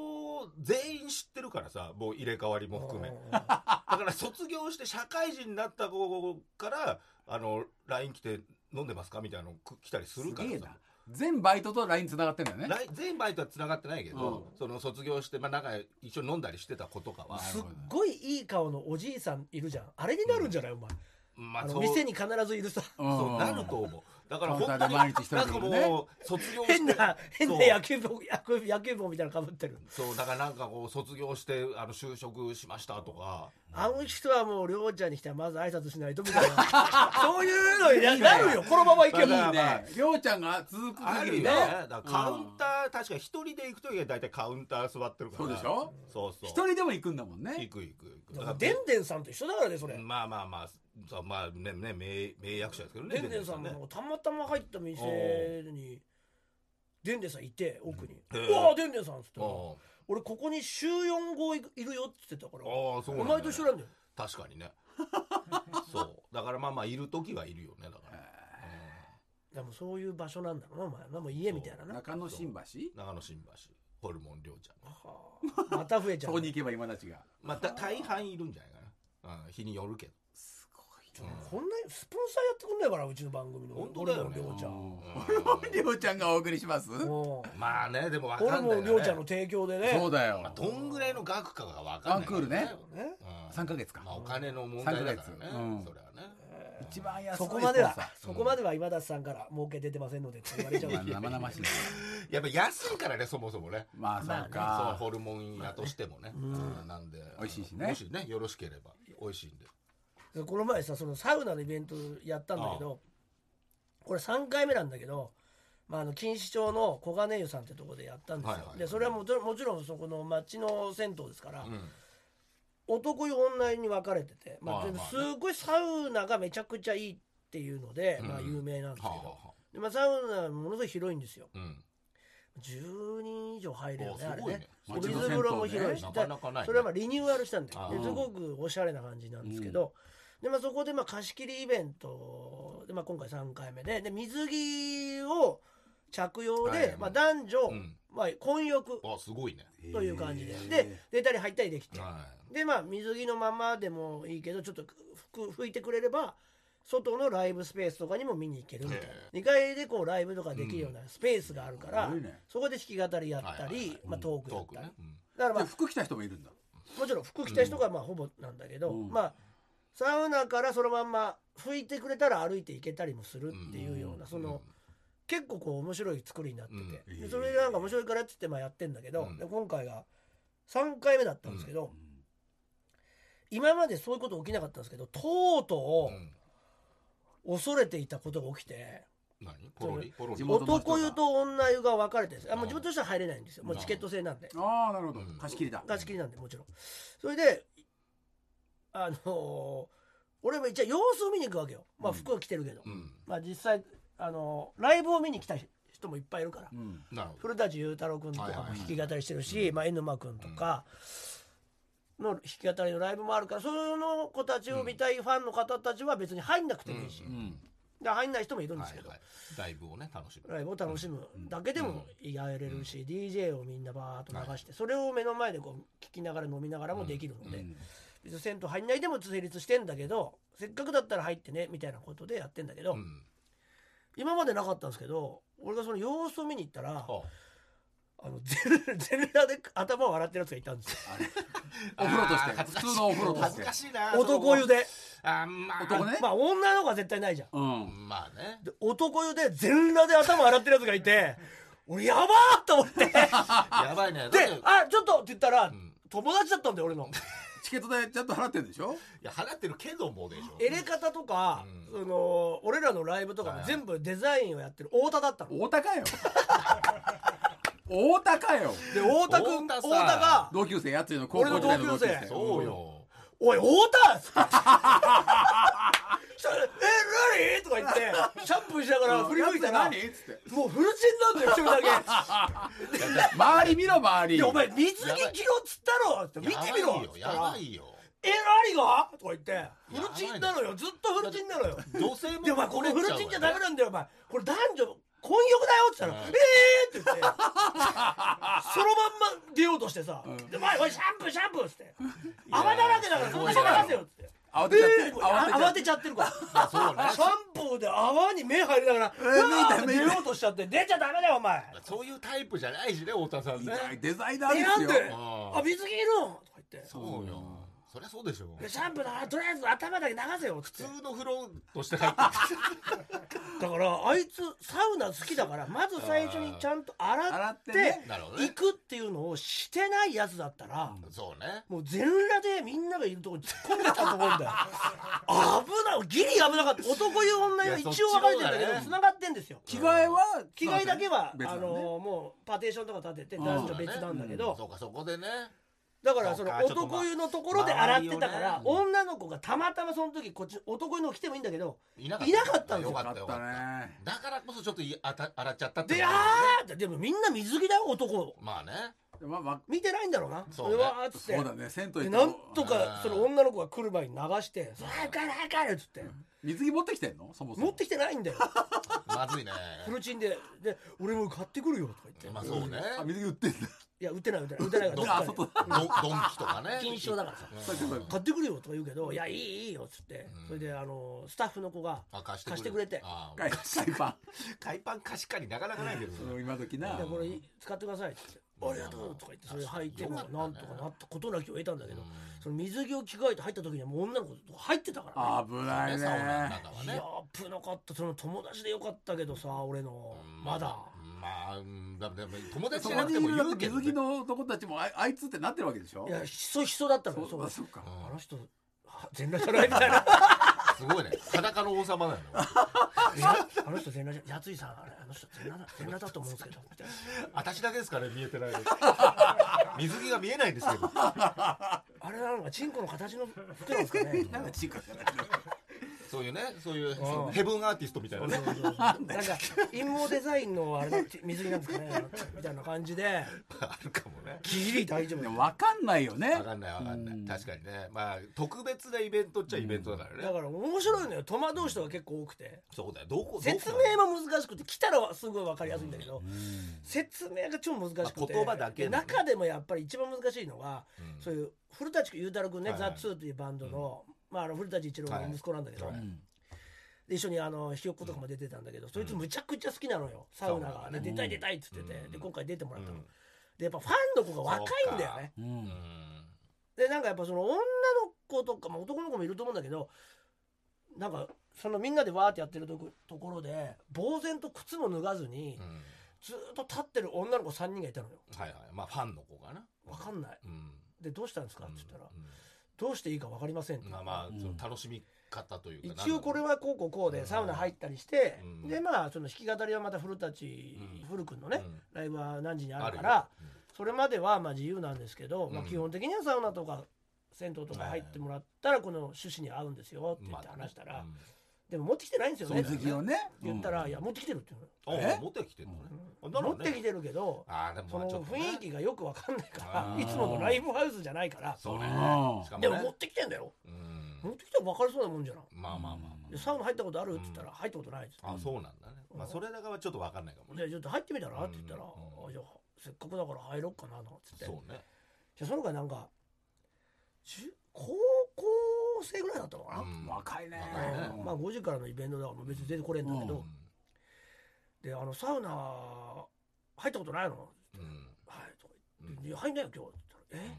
B: 全員知ってるからさもう入れ替わりも含め
A: うんうんうんあ
B: だから卒業して社会人になった子からあの LINE 来て飲んでますかみたいなのく来たりする
C: す
B: から
C: げえ
B: さ
C: な。全バイトと LINE 繋がってんだよね。
B: ライン全バイトは繋がってないけど、その卒業して、まあ、なんか一緒に飲んだりしてた子とかは、
C: な
A: す
C: る
A: っ
C: ほど
A: ごいいい顔のおじいさんいるじゃんあれになるんじゃないお前
B: ま
A: あ
B: あ
A: の
B: そう
A: 店に必ずいるさ
C: うん
B: そうなると思うだから
C: カウ
B: 本
C: ンターで
B: 当に
C: 毎日一人
B: なん
C: でい
B: か
C: るね
B: もう卒業して
A: 変な変
B: そう
A: な野球帽野球野球帽みたいなの被ってる
B: そうだからなんかこう卒業してあの就職しましたとか
A: あの人はもうりょうちゃんに来たらまず挨拶しないとみたいなそういうのになるよこのままいけば
B: まあまあ
C: いいね。りょうちゃんが続く
B: あ
C: 限
B: る
C: り
B: よね
C: ね。
B: だからカウンター、確かに一人で行く時は大体カウンター座ってるから
C: そうでしょ
B: そうそう
C: 一人でも行くんだもんね
B: 行。く行く行く
A: だからでんでんさんと一緒だからねそれ、
B: まあまあまあそうまあねね名名役者ですけどね
A: でんでんさん
B: ね
A: もたまたま入った店にでんでんさんいて奥に「
B: へえ
A: うわでんでんさん」っつって
B: ああ
A: 俺ここに週4号いるよっつってたからお
B: ああそうなんだ
A: 前と一緒なんだよ
B: 確かに
A: [laughs]
B: ねそうだからまあまあいる時はいるよねだから
A: でもそういう場所なんだろうなお前なもう家みたいなな
C: 中野新橋
B: 長野新橋ホルモン涼ちゃん
A: はあまた増えちゃ
C: そうこに行けば今たちが。
B: まあだ大半いるんじゃないかな、うん、日によるけど
C: す
A: ちょこんなスポンサーやってくんないからうちの番組の
B: 本当だよね
A: 俺もりょうちゃん
C: ごい。りょうちゃんがお送りします
A: も
B: まあねでもわ
A: う
B: か
A: 俺
B: んない
A: も
B: よ、ね、
A: りょうちゃんの提供でね
C: そうだ
B: まあ
C: よ。
B: どんぐらいの額かがわかんないけど、
C: ワンクー
A: ね
B: うん
C: 3ヶ月か
B: まあ、。お金の問題だからね
C: 三、ヶ月うん
B: それはね
C: 一番安い
A: そこまでは
C: スポンサ
A: そこまでは今田さんから儲け出てませんのでって言われちゃう
C: ーまあ生々しいね。
B: やっぱ安いからねそもそもね
C: まあ、そう
B: そう
C: か。
B: ホルモン屋としてもね、うんなんで
C: 美味しいしね
B: もしねよろしければ美味しいんで
A: この前さそのサウナのイベントやったんだけどこれ3回目なんだけど、まあ、あの錦糸町の黄金湯さんってとこでやったんですよ、
B: はいはい
A: でそれはもちろんもちろんそこの町の銭湯ですから、
B: ん
A: 男湯女湯に分かれてて、まあ
B: まあまあね
A: すごいサウナがめちゃくちゃいいっていうので、まあ、
B: うん
A: 有名なんですけ
B: は
A: ど、
B: あ、はあは
A: でまあ、サウナものすごい広いんですよ
B: あ、うん
A: 10人以上入れるよね
B: お
A: あ
B: す
A: れ
B: ごいね
A: ねお
C: 町
A: 水
C: の
A: 風呂も
C: 銭湯ね
A: 広いし、
B: なかなかないね
A: それはまあリニューアルしたんで
B: あ
A: で
B: ー
A: すごくおしゃれな感じなんですけど、でまあ、そこでまあ貸し切りイベントで、まあ、今回3回目でで水着を着用で、
B: はいはい
A: まあ、男女、
B: うん
A: まあ混浴
B: あすごいね
A: という感じで、
C: へー
A: で出たり入ったりできて、
B: は
A: でまあ水着のままでもいいけどちょっと服拭いてくれれば外のライブスペースとかにも見に行けるみたいな
B: へ
A: 2階でこうライブとかできるようなスペースがあるから、
C: すごいね
A: そこで弾き語りやった
B: はいはい
A: り
B: はい、
A: まあ、トー
B: い
A: クや
B: ト
A: っ
B: ーク
A: たり、
B: ね、うん
A: だからま
C: じ
A: あ
C: ゃあ服着た人もいるんだ。
A: もちろん服着た人がまあほぼなんだけど、
C: うん
A: まあサウナからそのまんま拭いてくれたら歩いて行けたりもするっていうような、その、結構こう面白い作りになってて、
C: うん
A: でそれがなんか面白いからっつってまあやってんだけど、
B: うん
A: で今回が3回目だったんですけど、今までそういうこと起きなかったんですけどとう
B: うん
A: と
B: うん
A: う恐れていたことが起きて、
B: 何ポロリポロリ
C: 地元の人が
A: 男湯と女湯が分かれてるんですあもう
B: うん
A: 自分としては入れないんですよもうチケット制なんで
C: ああなるほど
B: うん。
C: 貸し切りだ。
A: 貸し切りなんでもちろんそれであのー俺も一応様子を見に行くわけよまあ
C: うん
A: 服は着てるけど、
B: うん
A: まあ実際あのーライブを見に来た人もいっぱいいるから
C: うん。
B: なるほど
A: 古舘裕太郎君とかも弾き語りしてるし、
B: はいはいはい
A: まあ、N 馬君とかの弾き語りのライブもあるからその子たちを見たいファンの方たちは別に入んなくてもいいし、
B: う
C: うん。
A: で入んない人もいるんで
B: は
A: すけ
B: い
A: ど、
B: はいライブをね楽しむ
A: ライブを楽しむだけでもやれるし、DJ をみんなバーッと流して、それを目の前でこう聞きながら飲みながらもできるので、
C: うん
A: 別に銭湯入んないでも成立してんだけどせっかくだったら入ってねみたいなことでやってんだけど、
B: うん
A: 今までなかったんですけど俺がその様子を見に行ったら。
B: あ
A: あの全 [laughs] 全裸で頭を洗ってるやつがいたんですよ
C: あれ。 [laughs] お風呂として
B: あー恥ずかしい
C: 普通のお風呂として
B: 恥ずかしいな
A: 男湯
B: で
A: で
B: あまあ
C: 男ね
A: まあ女の子は絶対ないじゃん
C: うん。
B: まあね
A: で男湯で全裸で頭洗ってるやつがいて俺やばーと思ってで
B: やばいね
A: 「
B: だって
A: あちょっと」って言ったら、
B: ん
A: 友達だったんだよ俺の
C: チケット代ちゃんと払ってるんでしょ。
B: いや払ってるけどもでしょ
A: 入れ方とか、
B: う
A: その俺らのライブとかも全部デザインをやってる太田だったの
C: 大高よ。大高よ。
A: で太田君太
B: 太田さ
A: 田
B: ん
A: が
C: 同級生やつの高校時代の同級
A: 俺の同級
C: 生。
A: 生
B: そう。よ
A: 「おい太田!」っつってそしたらえ何?」とか言ってシャンプーしながら振り向いたら
C: 何っつって。
A: もうフルチンなんだよ一人だけ。
C: 周り見ろ周 [laughs] り。
A: で、お前、水着着ろっつったろって、見てみろっつった
B: や
A: ら
B: ば、いよ
A: え、何がとか言って、フルチンなのよ、ずっとフルチンなのよ。
B: やばいよ女性も
A: で、お前、これフルチンじゃダメなんだよ、お前。これ男女、混浴だよって言ったら、
B: う
A: ええ
B: ん
A: ーって言って、そのまんま出ようとしてさ、で、お前、おい、シャンプー、シャンプーっつって、泡だらけだから、
B: す
A: そん
B: ご
A: ない
B: ね
A: しゃがせよっつって。
C: 慌てちゃって
A: もうあ
C: 慌
A: 慌
C: てちゃ
A: てちゃ
C: って
A: ってるから。
B: そうね
A: シャンプーで泡に目入りながら、う
C: ー
A: わーって
C: 見
A: 出
C: た
A: ようとしちゃって、出ちゃダメだよ、お前。
B: そういうタイプじゃないしね太田さんね
C: いやデザイナー
A: え
C: で
A: なん
C: すよ。
A: で
B: あー
A: あ、水着いるのとか言って。
B: そうよそりゃそうでしょ
A: シャンプーだからとりあえず頭だけ流せよっつって
B: 普通の風呂として入ってる
A: だからあいつサウナ好きだからまず最初にちゃんと洗
C: 洗
A: っ
C: っててね
B: なるほど
A: 行
B: ね
A: くっていうのをしてないやつだったら
B: そうね
A: もう全裸でみんながいるとこに突っ込んでたと思うんだよ
B: [laughs]
A: 危ないギリ危なかった男湯女湯は一応分かれてるんだけ
B: いやそ
A: ど
B: っちの方がね
A: 繋がってんですよ
C: 着替えは
A: 着替えだけは、
C: 別
A: あ
C: なのね
A: のもうパーテーションとか立てて男女別なんだけ
B: う
A: ど、
B: そうかそこでね
A: だからその
B: そうかちょっとまあ
A: 男湯のところで洗ってたから、
B: 周り
A: 女の子がたまたまその時こっち男湯の方来てもいいんだけど
B: いなか
A: いなかったんですよ
B: よかっ
C: あった
B: よ
C: た
B: かっ
C: ね。
B: ただからこそちょっといあた洗っちゃったって
A: で、
B: の
A: あ
B: もあ
A: ーって、でもみんな水着だよ、男。
B: るねまあね
C: まあま
A: 見てないんだろうな。
B: そう
A: れ
B: ね
A: は、
C: あ
A: つって
C: そう。だね銭湯行
A: で
C: って
A: なんと
B: う
A: か
B: ん
A: その女の子が来る前に流して「さあ早く帰れ早く帰れ」っつって
C: 水着持ってきてんのそもそも
A: 持ってきてないんだよ
B: まずいね
A: フルチンで「で俺も買ってくるよ」とか言って「
B: まあそうね
C: あ水着売ってんだ
A: いや売ってない売ってない売ってないか
B: ど
A: ら
B: あ
A: どっ
B: 外
A: か
B: ドドンキとかね
A: 禁止用だからさ
B: うん
C: そうかそう
A: で買ってくるよ」とか言うけど「いやいいいいよ」っつってそれであのスタッフの子が
B: あ貸して
A: 貸してくれて
B: あ
C: かい海パン
B: 海パン貸し借りなかなかないけどね
C: その今
A: 「
C: 時
A: い
C: な
A: やこれいい使ってください」っつって「ありがとう」とか言ってそれ履いて
B: よ
A: も
B: かったね
A: なんとかなったことなきを得たんだけど
B: うん
A: その水着を着替えて入った時にはもう女の子とか入ってたからね
C: 危ない
B: サウナの
C: ね
B: 中はい
A: や
B: ね
A: ー危なかったその友達でよかったけどさ俺の
B: うん
A: まだ
B: まあうんだでも友達
C: そ
B: じゃな
C: こ
B: く
C: に
B: ても
C: いるだ
B: 言
C: っ
B: う
C: て
B: けど
C: 水着
B: ね
C: の男たちもあいあいつってなってるわけでしょ
A: いやひそひそだったのよ
C: そう
A: そ
C: あ
A: う
C: そうか
A: あの人は全裸じゃないみたい [laughs] な
B: すごいね裸の王様だよ
A: あの人全裸じゃやついさんあれあの人全裸だ全裸だと思うんですけどみたいな
B: 私だけですかね見えてないの水着が見えないんですけど
A: あれなのがチンコの形の服なんですかね
C: なんか違う
B: そういうね、そういう
A: うん
B: ヘブンアーティストみたい
A: そ
B: な
A: う
B: ね
A: そう。そうなんか陰謀デザインのあれだ水着なんですかねみたいな感じで
B: [laughs] あるかもね。
A: ギリ大丈夫
C: で
A: だ
C: も分かんないよね
B: わかんないわかんな
C: う
B: い。
C: ん
B: 確かにね。まあ、特別なイベントっちゃイベントだから
A: だ
B: ね。
A: から面白いのよ戸惑う人が結構多くて
B: そうだよ。どこ、どこ
A: 説明も難しくて来たらすごい分かりやすいんだけど、
C: うん
A: 説明が超難しくて、
B: まあ言葉だけ
A: で
B: のね
A: 中でもやっぱり一番難しいのが、
B: うん
A: そういう古舘裕太郎君ね、
B: はいはい
A: ザ・ツーというバンドの,、まあ、あの古舘一郎の息子なんだけど、
B: はいはい
A: で一緒にあのひよっことかも出てたんだけど、そいつむちゃくちゃ好きなのよサウナ
B: サウナ
A: が、
B: がね
A: で出たい出たいっつってて、
B: うん
A: で今回出てもらったの、
B: うん
A: でやっぱファンの子が若いんだよね
C: う
B: うんん
A: でなんかやっぱその女の子とか、まあ、男の子もいると思うんだけどなんかそのみんなでわーってやってるとこところで呆然と靴も脱がずに、
B: うん
A: ずーっと立ってる女の子3人がいたのよ
B: はいはい。まあ、ファンの子かな。
A: わかんない
B: うん。
A: でどうしたんですかって言ったら、
B: うん
A: どうしていいか分かりませんって、
B: まあま
C: う
B: あ、
C: ん
B: その楽しみ方というか。
A: 一応これはこうこうこう
B: う
A: で
B: ん
A: サウナ入ったりして、
B: うん
A: でまあその弾き語りはまた古舘、
B: うん
A: 古くんの
B: なん
A: ね
B: だろう、うん
A: ライブは何時にあ
B: あ
A: る
B: る
A: か
B: からら、
A: それまではまあ自由なんですけど、まあ、
B: うん
A: 基本的にはサウナとか銭湯とか入ってもらったらこの趣旨に合うんですよって言って話したら、
B: うん
A: でも持ってきてないんですよ
C: そ
A: ね
C: の
A: って
C: 次をね
A: 言ったら、
B: うん
A: いや持ってきてるって言うの
B: あ
C: え
B: 持ってきてんのね
A: う
B: あ
A: ん
B: なる
A: 持
B: ほ
A: っ
B: どね
A: てきてるけど、
B: あーでも
A: そ
B: まあ
A: の
B: ちょっとね
A: 雰囲気がよく分かんないか
B: あ
A: ら
B: ー
A: いつものライブハウスじゃないから
B: そうね
C: うん
B: しかも
A: で
B: ね
A: も持ってきてんだよ
B: うん
A: 持ってきたら分かりそうなもんじゃない
B: まあまあまあ
A: でサウナ入ったことあるって言ったら、
B: う
A: 入ったことないって
B: まああそうなんだねまあそれだからちょっとわかんないかも
A: じゃ
B: ね
A: あちょっと入ってみたらって言ったら、
B: うん
A: あじゃあせっかくだから入ろっかなとかっつって
B: そうね
A: じゃあその子がなんか中高校生ぐらいだったのかな、
B: うん
C: 若いね
B: 若いね
A: うんまあ5時からのイベントだからもう別に出てこれんだけど、
C: う
A: であのサウナ入ったことないの
B: うん
A: はいとか
B: う
A: 言って
B: ん
A: いや入んないよ今日って言ったら「え
B: う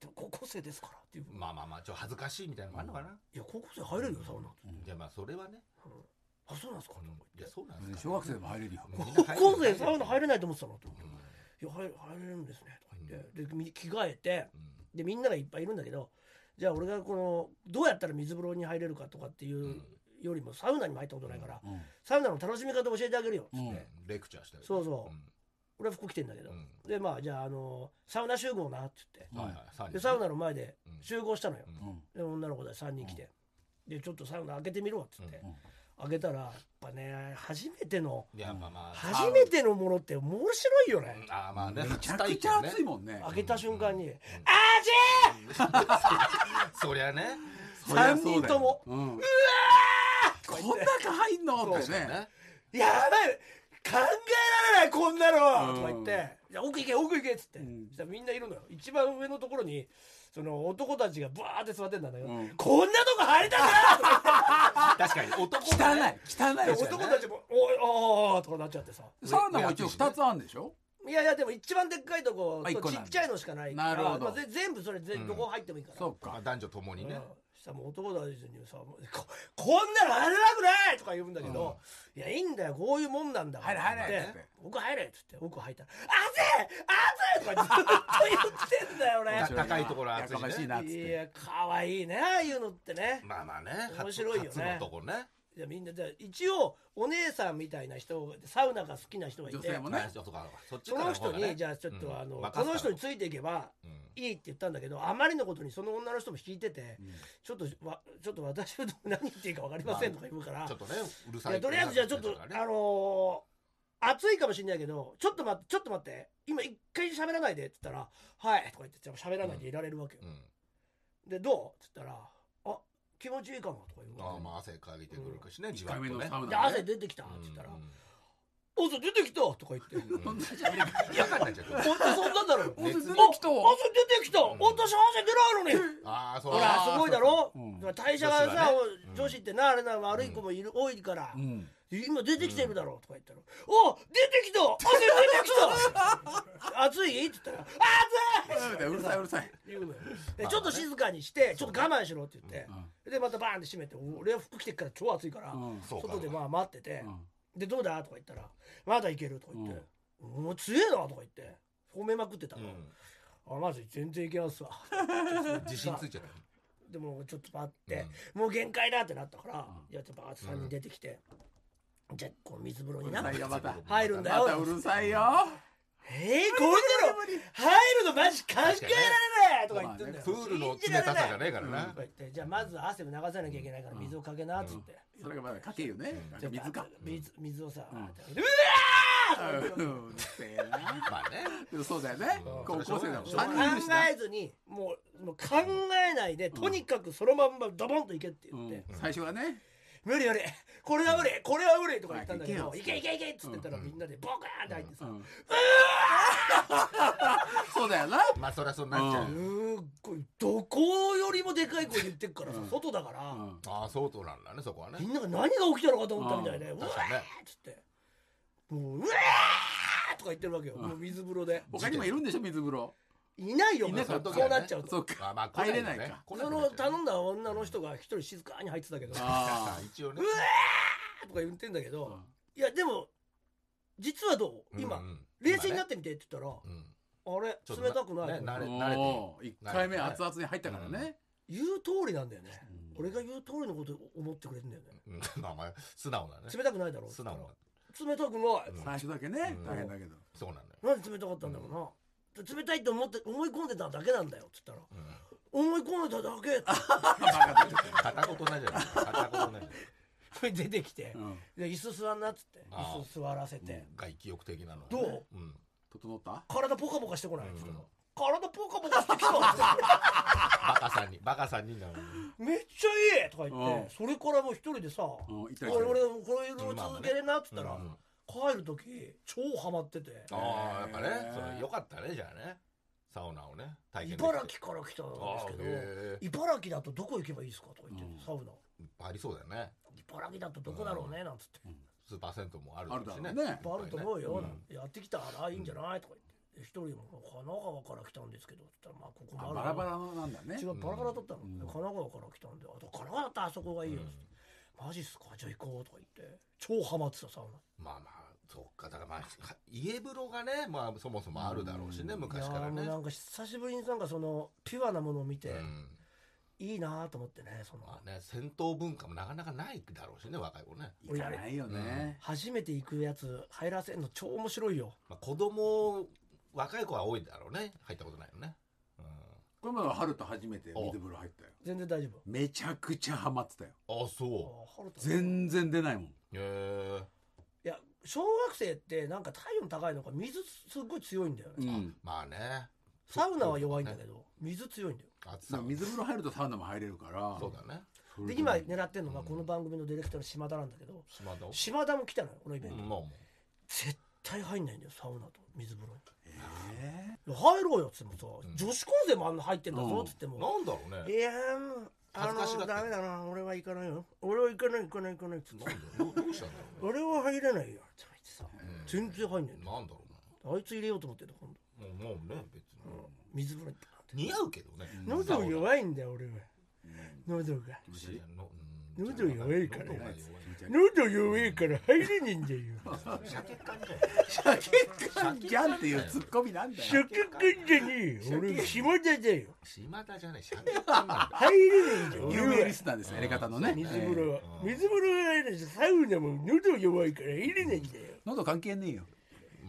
A: でも高校生ですから」っていう、
B: んまあまあまあちょっと恥ずかしいみたいなのもあるのかない
A: や高校生入れるよサウナ」って、
C: うん
B: いやまあそれはね
A: うんあそうなんですか」とか
B: うんい
A: 言っ
B: や
A: て
B: そうなんです
C: 小
B: か
C: 学生でも入れるよ
B: みんな
A: 「
B: 入る
A: 高校生サウナ入れないと思ってたの」って言っ
B: う
A: て
B: ん
A: いや入入れるんですね」とか言ってでみ着替えて
B: うん
A: でみんながいっぱいいるんだけどじゃあ俺がこのどうやったら水風呂に入れるかとかっていううんよりもサウナにも入ったことないから、
C: うん
A: サウナの楽しみ方教えてあげるよっつって、
C: うん
B: うんレクチャーしたり
A: そうそう
B: うん
A: 俺は服着てんだけど、
B: うん
A: でまあじゃあ、あのサウナ集合なって言って
B: はいはい
A: でサウナの前で
B: うん
A: 集合したのよ、
B: うん
C: うん
A: で女の子たち3人来て、でちょっとサウナ開けてみろっつって、
C: うん
A: 開けたらやっぱね初めての
B: いやまあまあ
A: 初めてのものって面白いよね、
B: ああまあね
C: めちゃくちゃ熱いもんね
A: 開けた瞬間に「
B: そりゃね
C: そりゃ
A: 三
C: そう
A: 人
C: だよ
A: とも
C: うん
A: こ
C: こん中入んのってね
A: やばい考えられないこんなの、
C: うん
A: とか言って「じゃあ奥行け奥行け」っつって、
C: うん
A: そしたらみんないるのよ一番上のところにその男たちがブワーって座ってんだけど、
C: うん
A: こんなとこ入りたくないとか
B: 確か
C: [laughs]
B: に男
C: 汚
B: が
C: い
B: ね
C: 汚
A: 言
C: い [laughs] で
A: って
C: す
A: 男たちも「おいおーおー」とかなっちゃってさ
C: サウナも一応二つあるんでしょ
A: いやいやでも一番でっかいとこ
C: あ一
A: と
C: 個
A: ち
C: なん
A: っ
C: だ
A: ちゃいのしかないから
C: なるほど
A: まあ、ぜ全部それ全
B: うん
A: どこ入ってもいいから、
C: そう
B: ま
C: か
B: あ男女ともに
A: うん
B: ね
A: したらもう男たちにさもうこ「こんなの入れなくない!」とか言うんだけど「いやいいんだよこういうもんなんだか
C: 入れ
A: ら」
C: 入れ
A: って
C: っ
A: 言って
C: て
A: 奥入れ」っつって奥入ったら「熱い熱い!」とかずっと言ってんだよ
B: 面
A: ね
B: 白高いところ暑いしね
C: やかましいなっつっ
A: い
C: て
A: や可愛いねああいうのってね
B: まあまあね
A: 面白いよね
B: 初初のとこね
A: いやみんなじゃあ一応お姉さんみたいな人がサウナが好きな人がいて
C: 女性もね
B: まあそうかそっち
A: そ
B: から
A: の
B: の
A: 人
B: 方が
A: に
B: ね
A: じゃあちょっ
B: う
A: と
B: ん
A: あの、
B: 任
A: こ
B: せた
A: の人についていけば
B: うん
A: いいって言ったんだけどあまりのことにその女の人も引いてて、ちょっとわちょっと私は何言っていいか分かりませんとか言うから、
B: ちょっとねうるさ
A: い
B: い
A: やとりあえずじゃあちょっと、あのー暑いかもしれないけどちょっと待ってちょっと待って今一回喋らないでって言ったら「はい」とか言ってじゃあ喋らないでいられるわけよ、
B: うん
A: でどうって言ったら「あ気持ちいいかも」とか言う
B: ああ
A: わ
B: まあ汗かいてくるかしねじわ
C: 深
B: っと
C: めの
B: ね
C: サウ
A: けで
C: ナ
A: 汗
C: ね
A: 出てきた」っ
B: うん
A: て言ったら「
B: う
A: お
B: ん
A: そ出てきた」とか言
B: [laughs]
A: って
B: う
A: 本
B: ん
C: こんな喋り方
B: 嫌になっちゃう
A: 当そんなんだ [laughs] ろ
C: お出てきた
A: お汗出てきた
B: うん
A: 私汗出ないのに
B: ああそう
A: ほらすごいだろ
C: うん
A: 代謝がさ
B: 女子はね
A: お
B: うん
A: 女子ってなあれな悪い子もいる多いから
C: [laughs] うん
A: 今出てきてるだろうとか言ったら「お出てきた汗出てきた暑い?」って言ったら「暑い!」
C: うるさいうるさい
A: 言うのよでちょっと静かにしてちょっと我慢しろって言ってでまたバーンって閉めて俺は服着てっから超暑いから
C: うん
B: そうか
A: 外でまあ待ってて
C: うん
A: でどうだとか言ったらまだいけるとか言ってもう強えなとか言って褒めまくってた
B: う
A: の
B: ん
A: あマジ全然いけますわ
B: [laughs] 自信ついちゃう
A: でもちょっと待って、もう限界だってなったから、いやちょっとバーッと3人出てきて、じゃあこう水風呂にな
C: うるさいよまた
A: 入るんだよ
C: またうるさいよ
A: ええー、こういうの入るのマジ考えられないとか言ってんだよ、
B: プールの冷たさじゃねえからな、
A: とか言ってじゃあまず汗を流さなきゃいけないから水をかけなっつって、
C: それがまだかけよね。
A: じゃあ
C: 水か。
A: 水水をさ、う
C: うん
A: わーとか言って
C: うんうるせえな。
B: まあね
C: でもそうだよね
B: うん。
C: 高校生だもん。
B: しょうが
C: 三
B: な
A: 考
B: い
C: 人いるしな。
A: えずにもうもう考えないで、とにかくそのまんまドボンといけって
C: う
A: 言って、
C: ん最初はね。
A: 無理無理これは無理これは無理とか言ったんだけ
C: ま
A: ど、
C: あ
A: い
C: い
A: け
C: けよ
A: いけいけっつってたら、みんなでボカーンって入ってさ、
C: うんそうだよな。
B: まあそりゃそうなっちゃう、
C: う
A: すっごいどこよりもでかい声で言ってっからさ、
C: うん
A: 外だから、
C: うん
B: ああそうとなんだねそこはね
A: みんなが何が起きたのかと思ったみたいで、う
C: う
A: わーっ
B: 確かにね
A: つってもううわーとか言ってるわけよ、
C: うん
A: もう水風呂で
C: 他にもいるんでしょ水風呂。
A: いないよ
C: い
A: も
C: な
A: う
C: かった
A: そうなっちゃうと、
C: そっか。
B: まあまあ
C: 入れないか
B: 来
A: そ
B: くな
A: の
B: っちゃうね
A: 頼んだ女の人が一人静かに入ってたけどとか
C: あ
B: あ一応ね
A: 言ってんだけど、
C: あ。
A: いやでも実はどう今、
B: うんうん
A: 冷静になっ
B: ね
A: てみてって言ったら、
B: うん
A: あれ
B: ちょっと
A: 冷たくない、
B: ね慣れ
C: お
B: てる
C: ー一回目熱々に入ったからね。
A: 言う通りなんだよね、
C: うん
A: 俺が言う通りのこと思ってくれるんだよね、
B: うんまあまあ素直だね
A: 冷たくないだろうって
B: 素
A: 言っ
B: 直
A: たら冷た
B: な
A: くない、
B: うん
C: 最初だけね
B: うん
C: 大変だけど。
B: そうなんだよ
A: なんで冷たかったんだろうな、冷たいと思って思い込んでただけなんだよって言ったら
B: うん
A: 思い込んでただけっ
B: 片言なんじゃない片言なんじゃな
A: て
B: い
A: 出てきて
C: う、ん
A: で椅子座んなっつって
B: ああ
A: 椅子座らせて、
B: 外気浴的なのね
A: どう
B: うん
C: 整った？
A: 体ポカポカしてこないっつったら、
B: うん
A: 体ポカポカしてきたっつって
B: バカさんにバカさんになる
A: めっちゃいいとか言って、
C: うん
A: それからもう一人でさ、
C: うん行ったりし
A: 俺
C: て
A: 俺これを続けれなっつったら、
B: うん
A: 帰る時超ハマってて
B: ああやっぱね
C: へー
B: それよかったねじゃあねサウナをね体験できて
A: 茨城から来た
B: ああ
A: んですけ
B: へ
A: ど茨城だとどこ行けばいいですかとか言って、
C: うん
A: サウナ
B: えいっぱいありそうだよね
A: 茨城だとどこだろうねなんつって、
B: スーパー銭湯もある
C: あるだろ
B: いっ
C: うね
B: ぱ
A: い
B: い
A: っぱいあると思うよ、
B: ん
A: なんてやってきたらいいんじゃないとか言ってで一人も神奈川から来たんですけどって言ったらまあここもあ
C: あ
A: る
C: バラバラのなんだね
A: 違。うバラバラだったの、
C: うん
A: で神奈川から来たんであと神奈川だったらあそこがいいよ、
B: うん
A: マジっすかじゃあ行こうとか言って超ハマってたサウナ
B: まあまあそうかだからまあか家風呂がねまあそもそもあるだろうしね
C: うん
B: 昔
A: い
B: か
A: や
B: ら
A: ーもう
B: ね
A: なんか久しぶりになんかそのピュアなものを見て、
B: うん
A: いいなーと思ってねその、
B: まあね銭湯文化もなかなかないだろうしね若い子ね
C: 行かないよね。
A: 初めて行くやつ入らせんの超面白いよ
B: まあ子供若い子は多いだろうね入ったことないよねうん
C: これまだ春と初めて水風呂入ったよ。
A: 全然大丈夫
C: めちゃくちゃハマってたよ。
B: あそ
A: あ春田
C: 全然出ないもん。
B: うへえ
A: いや小学生ってなんか体温高いのか水すっごい強いんだよね、
C: うん。
B: まあね
A: サウナは弱いんだけど水強いんだよ
B: 暑さ
C: さ
B: も
C: 水風呂入るとサウナも入れるから。
B: そうだね
C: それ
A: で
C: とも
A: 今狙ってるのがこの番組のディレクターの島田なんだけど
B: 島田を
A: 島田も来たのよこのイベン
B: う
A: ト、
B: んまあも
A: 絶対入んないんだよサウナと水風呂
C: え
A: に入ろうよっつってもさ、
B: うん
A: 女子高生もあんな入ってんだぞっつって
B: う
A: も、
B: なんだろう
A: い
B: ね
A: やーあ
B: 恥ずかしが
A: の
B: ってる
A: ダメだな俺は行かないよ俺は行かない行かない行かないっつって
B: どうどうしたんだろ
A: 俺は入れないよって言ってさ
B: うねうん
A: 全然入んないんだよ
B: なんだろ
A: あいつ入れようと思ってた今
B: うなもうもうね別
A: 度、水
B: に
A: 風呂に
B: 似合うけどね
A: 喉が
B: い
A: 弱いんだよ俺は喉が
C: 気持ちいい
A: 喉弱いから
B: 喉が弱い
C: 気持ち悪い
A: 喉弱いから入れねえんだよ
B: 鮭感じゃ [laughs]
C: シャケカンじゃんっていうツッコミなんだよ。
A: 食感じゃねえよ俺下田だよ
B: 島田じゃない鮭感なんだ
A: 入れねえんだよ
C: 有名
A: 俺
C: リ
A: は
C: スナーですね、やり方のね。
A: 水風呂
C: えー
A: は水風呂は入れないしサウナも喉弱いから入れないんだよ
C: 喉関係ねえよ。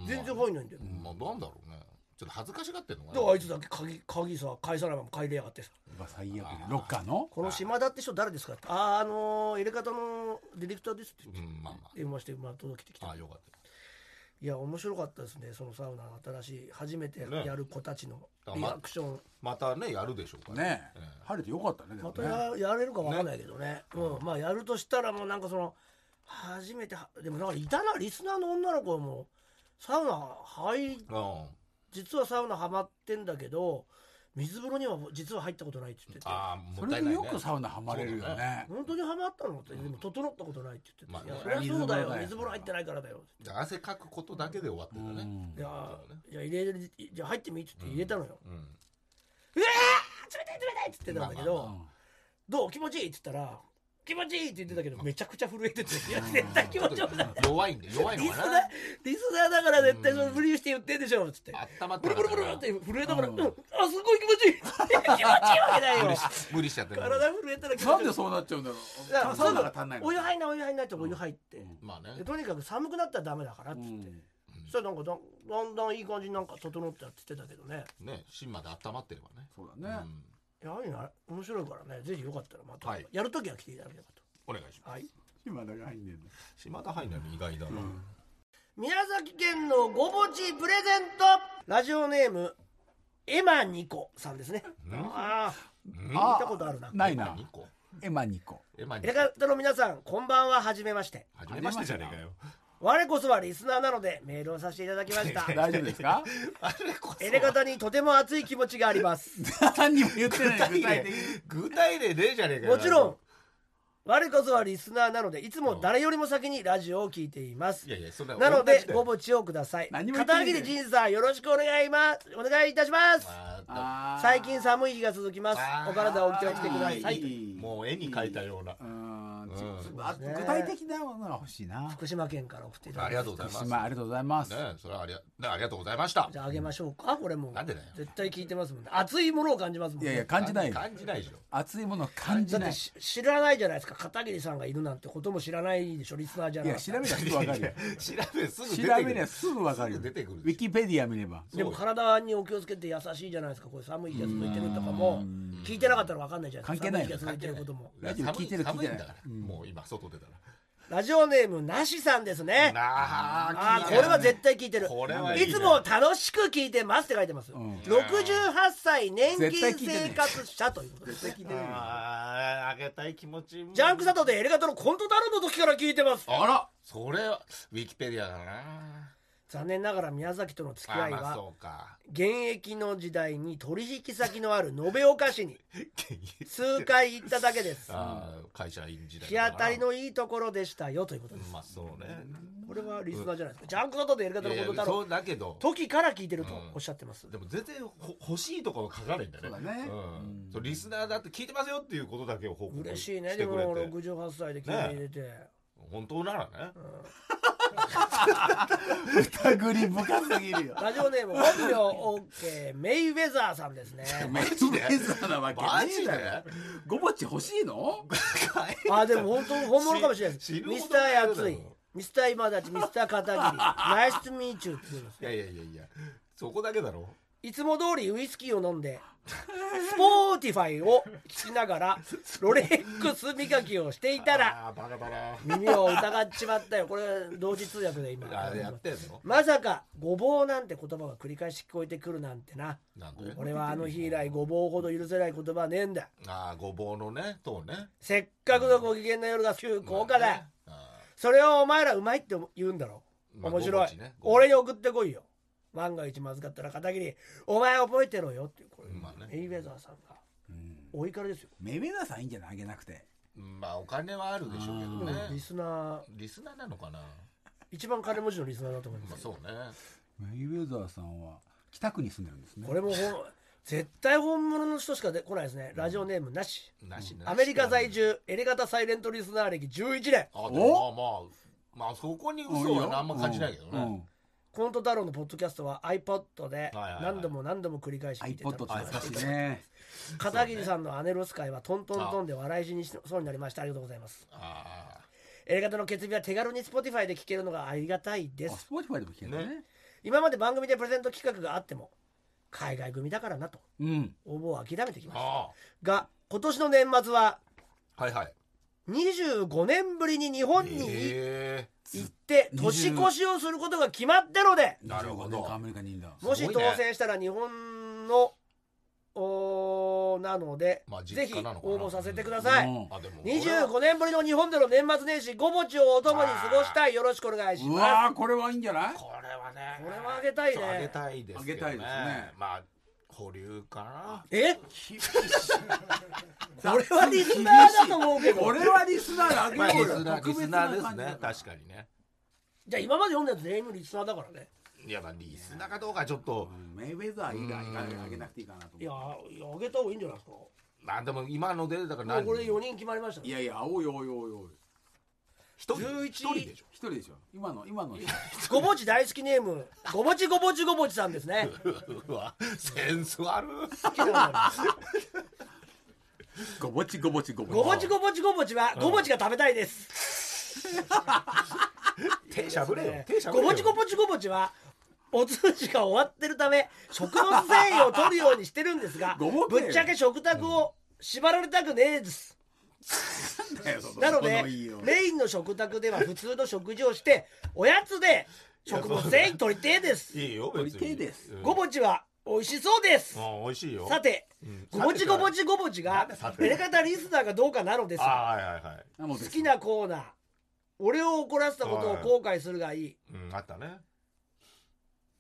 A: 全然入んないんだよ
B: まあなんだろうねちょっと恥ずかしがってんのか
A: だからあいつだけ鍵鍵さ返さないまま帰れやがってさ
C: うわ最悪だよロッカーの
A: この島田って人誰ですかってあああのー入れ方のディレクターですって言って
B: うんまあま
A: 電話して、まあ、届けてきた
B: あああよかった
A: いや面白かったですねそのサウナの新しい初めて
B: ね
A: やる子たちの
B: あ
A: リ
B: ま
A: アクション、
B: またねやるでしょうから
C: ねえ
B: え
C: 晴れてよかったね。で
A: ま
C: も
A: た
C: ね
A: ややれるかわかんないけどねうん、まあやるとしたらもうなんかその初めてはでもなんかいたなリスナーの女の子もサウナ入
B: えうん
A: 実はサウナハマってんだけど水風呂には実は入ったことないって言ってて
B: ああ
C: そ
B: もっ
C: れ
B: たい
C: で
B: ない
C: よ
B: ね
C: くサウナハマれるよね。
A: 本当にハマったのってでも整ったことないって言ってて、
B: まあ
A: いやそりゃそうだよ
C: 水風呂だよ
A: 水風呂入ってないからだよ
B: じゃあ汗かくことだけで終わってるね
C: うん
A: いや
B: そうね
A: いや入れるじゃあ入ってみって言って入れたのよ、
B: うん
A: うわー冷たい冷たいって言ってたんだけど、
B: まあまあ
C: うん
A: どう気持ちいいって言ったら、気持ちいいって言ってたけど、めちゃくちゃ震えてて、いや、絶対気持ちよくない。
B: 弱いんで弱い
A: リ
B: の
A: ス
B: か
A: ナー
B: な、
A: リスナーだから絶対その無理して言ってんでしょ、つって。
B: 温まって
A: ブ
B: な
A: ル
B: か
A: ブルブ
B: った
A: ル
B: な
A: って震えながら、う
C: うん
A: ん、あ、すごい気持ちいい気持ちいいわけないよ
B: 無理し無理しちゃってる
A: 体震えたら気持ちいい。
C: なんでそうなっちゃうんだろ
A: だから
C: う。サウナが足んないの。
A: お湯入んない、お湯入んないってお湯入って。
C: ん
B: まあね
A: でとにかく寒くなったらダメだから、つって。
C: うん
A: したらなんかだだんだんいい感じになんか整ってやってたけどね
B: ね芯まで温まってればね
C: そうだ
B: う
C: ね。
B: ん
A: いやああいうのあ面白いからねぜひよかったらまた、
B: はい
A: やるときは来ていただければ
B: お願いしま
A: とはい
C: 今だが入んねえんだ。
B: す島田入るのに意外だな、
A: 宮崎県のごぼちプレゼントラジオネームエマニコさんですねあ
B: うん
A: あ聞
C: あ
A: いたことあるな
C: ないな。
B: 2個
C: エマニコ。
B: えまに
A: エレガントの皆さんこんばんははじめまして
B: 初めましてじゃねえかよ
A: 我こそはリスナーなのでメールをさせていただきました
C: [laughs] 大丈夫で
B: [laughs]
C: すか
B: あれこそ
A: エレガタにとても熱い気持ちがあります
C: 何にも言ってない。具
B: 具体例 [laughs] 具体例
C: 体的に。
B: ねえじゃねえかよ
A: もちろん我こそはリスナーなのでいつも誰よりも先にラジオを聞いています
B: いやいやそんな
A: なのでご
B: 同
A: ぼ
B: じ
A: ちをください
C: 何も言って
A: 片
C: ない
A: 揚
C: んだ
A: げ
C: よ
A: で仁さんよろしくお願いますお願いいたします
B: だよあ
C: あー
A: 最近寒い日が続きます
B: あー
A: お体をお気をつけください
B: はい
A: という
B: ーもう絵に描いたような
C: うーんち
B: うん
C: ちあ
A: そうですね
C: 具体的なものが欲しいな。
A: 福島県から送っていただ
B: あ
A: き
B: り
A: まし
B: がとうございます
C: まあありがとうございます。
B: ねそれはありがねありがとうございました
A: たじゃああげましょうかこれも
B: なんでだよ
A: 絶対聞いてますもんね熱いものを感じますもん
C: いやいや
A: ね
C: 感じないよ。
B: 感じないでしょ
C: 熱いものを感じ
A: だっ
C: な
A: て
C: い。
A: し知らないじゃないですか片桐さんがいるなんてことも知らないでしょリスナーじゃ
C: い
A: な
C: や
A: かった
C: 調べりゃすぐわか
B: [laughs]
C: るよ。
B: 調べすぐ出て
C: 調
B: く
C: べりゃ
B: る
C: すぐわかるよ。
B: す
C: ウ
B: ぐ出てくるでしょ
C: ィキペディア見れば。
A: でも体にお気をつけて優しいじゃないですかこれ寒い日が続いてるとかも聞いてなかったら分かんないじゃないですか
C: 関係ない
A: 寒い日が続いてることも
C: ラジオ聞いてる
B: 寒
C: 聞
B: 寒
C: いてない
B: んだからもう今外出たら
A: ラジオネームなしさんですね
B: な
A: あ
B: あ
A: ーこれは絶対聞いてる
B: これはい
A: い
B: いね
A: つも楽しく聞いてますって書いてます、68歳年金生活者ということですね
C: 聞いてないよ
B: あーあげたい気持ちも
A: ジャンク佐藤でエレガトのコント太郎の時から聞いてます
B: あらそれはウィキペディアだな
A: 残念ながら宮崎との付き
B: あ
A: 合い
B: ーまあ
A: は
B: そうか
A: 現役の時代に取引先のある延岡市に数回行っただけです
B: [laughs] あー会社員時代
A: 日当たりのいいところでしたよということです
B: まあそうね
A: これはリスナーじゃないですか、ジャンク佐藤でエレガト
B: い
A: のコ
B: や
A: ント
B: いや
A: 太
B: そ
A: 郎
B: うだけど
A: 時から聞いてるとおっしゃってます、
B: でも全然ほ欲しいところ書かないんだね。
C: そうだね
B: うんそうリスナーだって聞いてますよっていうことだけを報告
A: 嬉しい
B: し
A: ね
B: て
A: で
B: くれ
A: も
B: て。
A: 68歳で聞いて入れて、
B: 本当ならね。
C: 疑り深すぎ
B: [laughs]
C: るよ。
A: ラジオネーム本名 OK メイウェザーさんです
B: [laughs]
A: ね
C: メイウェザーなわけね
B: マジ
C: え
B: で
C: だろ。ごぼっち欲し
B: [laughs]
C: いの
A: あでも本当本物かもしれないです
B: 知知る
A: ミ
B: ほ
A: スタ
B: どない
A: ー
B: よ
A: 熱いミスター今立ちミスター片桐ナイスミーチューって言うんです
B: いやいやいやいや、そこだけだろ。
A: いつも通りウイスキーを飲んで、スポーティファイを聞きながら、ロレックス磨きをしていたら、
B: ああ、バカバラ。
A: 耳を疑っちまったよ。これ、同時通訳で今。
B: あやってんの
A: まさか、ごぼうなんて言葉が繰り返し聞こえてくるなんてな。
B: なんで
A: 俺はあの日以来、ごぼうほど許せない言葉はねえんだ。
B: ああ、ごぼうのね、とね。
A: せっかくのご機嫌な夜が急降下だ。
B: あ
A: それをお前らうまいって言うんだろ。
B: まあ
A: 面白
B: ご
A: い
B: ぼうちね。
A: 俺に送ってこいよ。万が一まずかったら片桐、お前覚えてろよっていう、これ、
B: まあね
A: メイウェザーさんが。お怒りですよ。
C: メイウェザーさんいいんじゃないあげなくて。
B: ーまあ、お金はあるでしょうけど
A: リ
B: ね。
A: スナー
B: リスナーなのかな
A: 一番金持ちのリスナーだと思いま
B: まあ
A: す、
B: そうね。
C: メイウェザーさんは北区に住んでるんですね
A: こ。れもほん絶対本物の人しかで来ないですねラジオネームなし
B: なしなし
A: アメリカ在。住エレガタサイレントリスナー歴11年
B: あ、でもまあまあ、まあそこに嘘はあんま感じないけど
C: うんう
B: ね
C: ん。
A: コント太郎のポッドキャストは iPod で
B: はいはい
A: 何度も何度も繰り返し聞いてた
C: iPod って
A: の
C: 懐かしいね。
A: 片桐さんの姉ロス会はトントントンで笑い死にしそうになりましたありがとうございます
B: ああ。
A: エレガタの決意は手軽に Spotify で聞けるのがありがたいで
C: あ、
A: す
C: スポーティファイでも聞けるね。
A: 今まで番組でプレゼント企画があっても海外組だからなと
C: うん。
A: 応募を諦めてきました
B: あ
A: が今年の年末は
B: あ。はいはい。
A: 25年ぶりに日本に
B: ええ
A: 行って年越しをすることが決まったので
B: なるほど
C: 25年間アメリカにいんだ。
A: もし
B: すごい
A: 当
B: ね
A: 選したら日本のおーなので、
B: まあ実
A: ぜ
B: 家
A: ひ
B: なのかな
A: 応募させてください、
C: うん
B: あでも俺は
A: 25年ぶりの日本での年末年始ごぼちをお供に過ごしたいよろしくお願いし
C: う
A: ま
C: わーこれはいいんじゃない
B: これはね
A: これはあげたいね
B: そうあげたいですけど
C: あげたいですね
B: まあ保留か
A: すえ俺はリスナーだと思うけど
C: 俺はリスナー
B: な
C: で
B: ま
C: あ
B: あ
C: げ
B: リ
C: よう
B: ス
C: よ
B: ナーリ
C: 特
B: ス
C: 別
B: ナ
C: な
B: ー
C: 感
B: ですね
C: じだから
B: 確かにね
A: じゃあ今まで読んだやつ全員リスナーだからね
B: いやまあリスナーかどうかちょっと
C: うんメイウェザー以外あげなくていいかなと
A: いや
C: 思
A: いやあげた方がいいんじゃないですかも
B: まあでも今のでだから
A: う
B: 何
A: これで
B: 人
A: 4人決まりました
C: うい
A: ね
C: やいやおいおいおいおい
B: 一人
A: 11
B: 一人でしょ
C: 一人でしょ今の今の
A: ごぼち大好きネームごぼちごぼちごぼちさんですね
B: うわセンス悪
A: 好きなんだな
C: ごぼちごぼちごぼ
A: ごぼちごぼちごぼちはごぼちが食べたいです。
B: 手しゃぶれよ。手しゃぶ
A: ご
B: れよ。
A: ぼちごぼちごぼちはお通じが終わってるため食物繊維を取るようにしてるんですが
C: ごぼけよ
A: ぶっちゃけ食卓を縛られたくねえですなのでメインの食卓では普通の食事をしておやつで食物繊維取りてえです
B: いいよ、別
C: 取り
B: に。
C: 手です
A: ごぼちは美味しそうです
B: うん。うん、美味しいよ。
A: さて
B: うん、
A: ごぼちごぼちごぼちが
B: さて
A: エレカタリスナーがどうかなのです
B: あ
A: が
B: あ、はいはいはい。
C: 好
A: 好きなコーナー俺を怒らせたことを後悔するがいい
B: うん、あったね。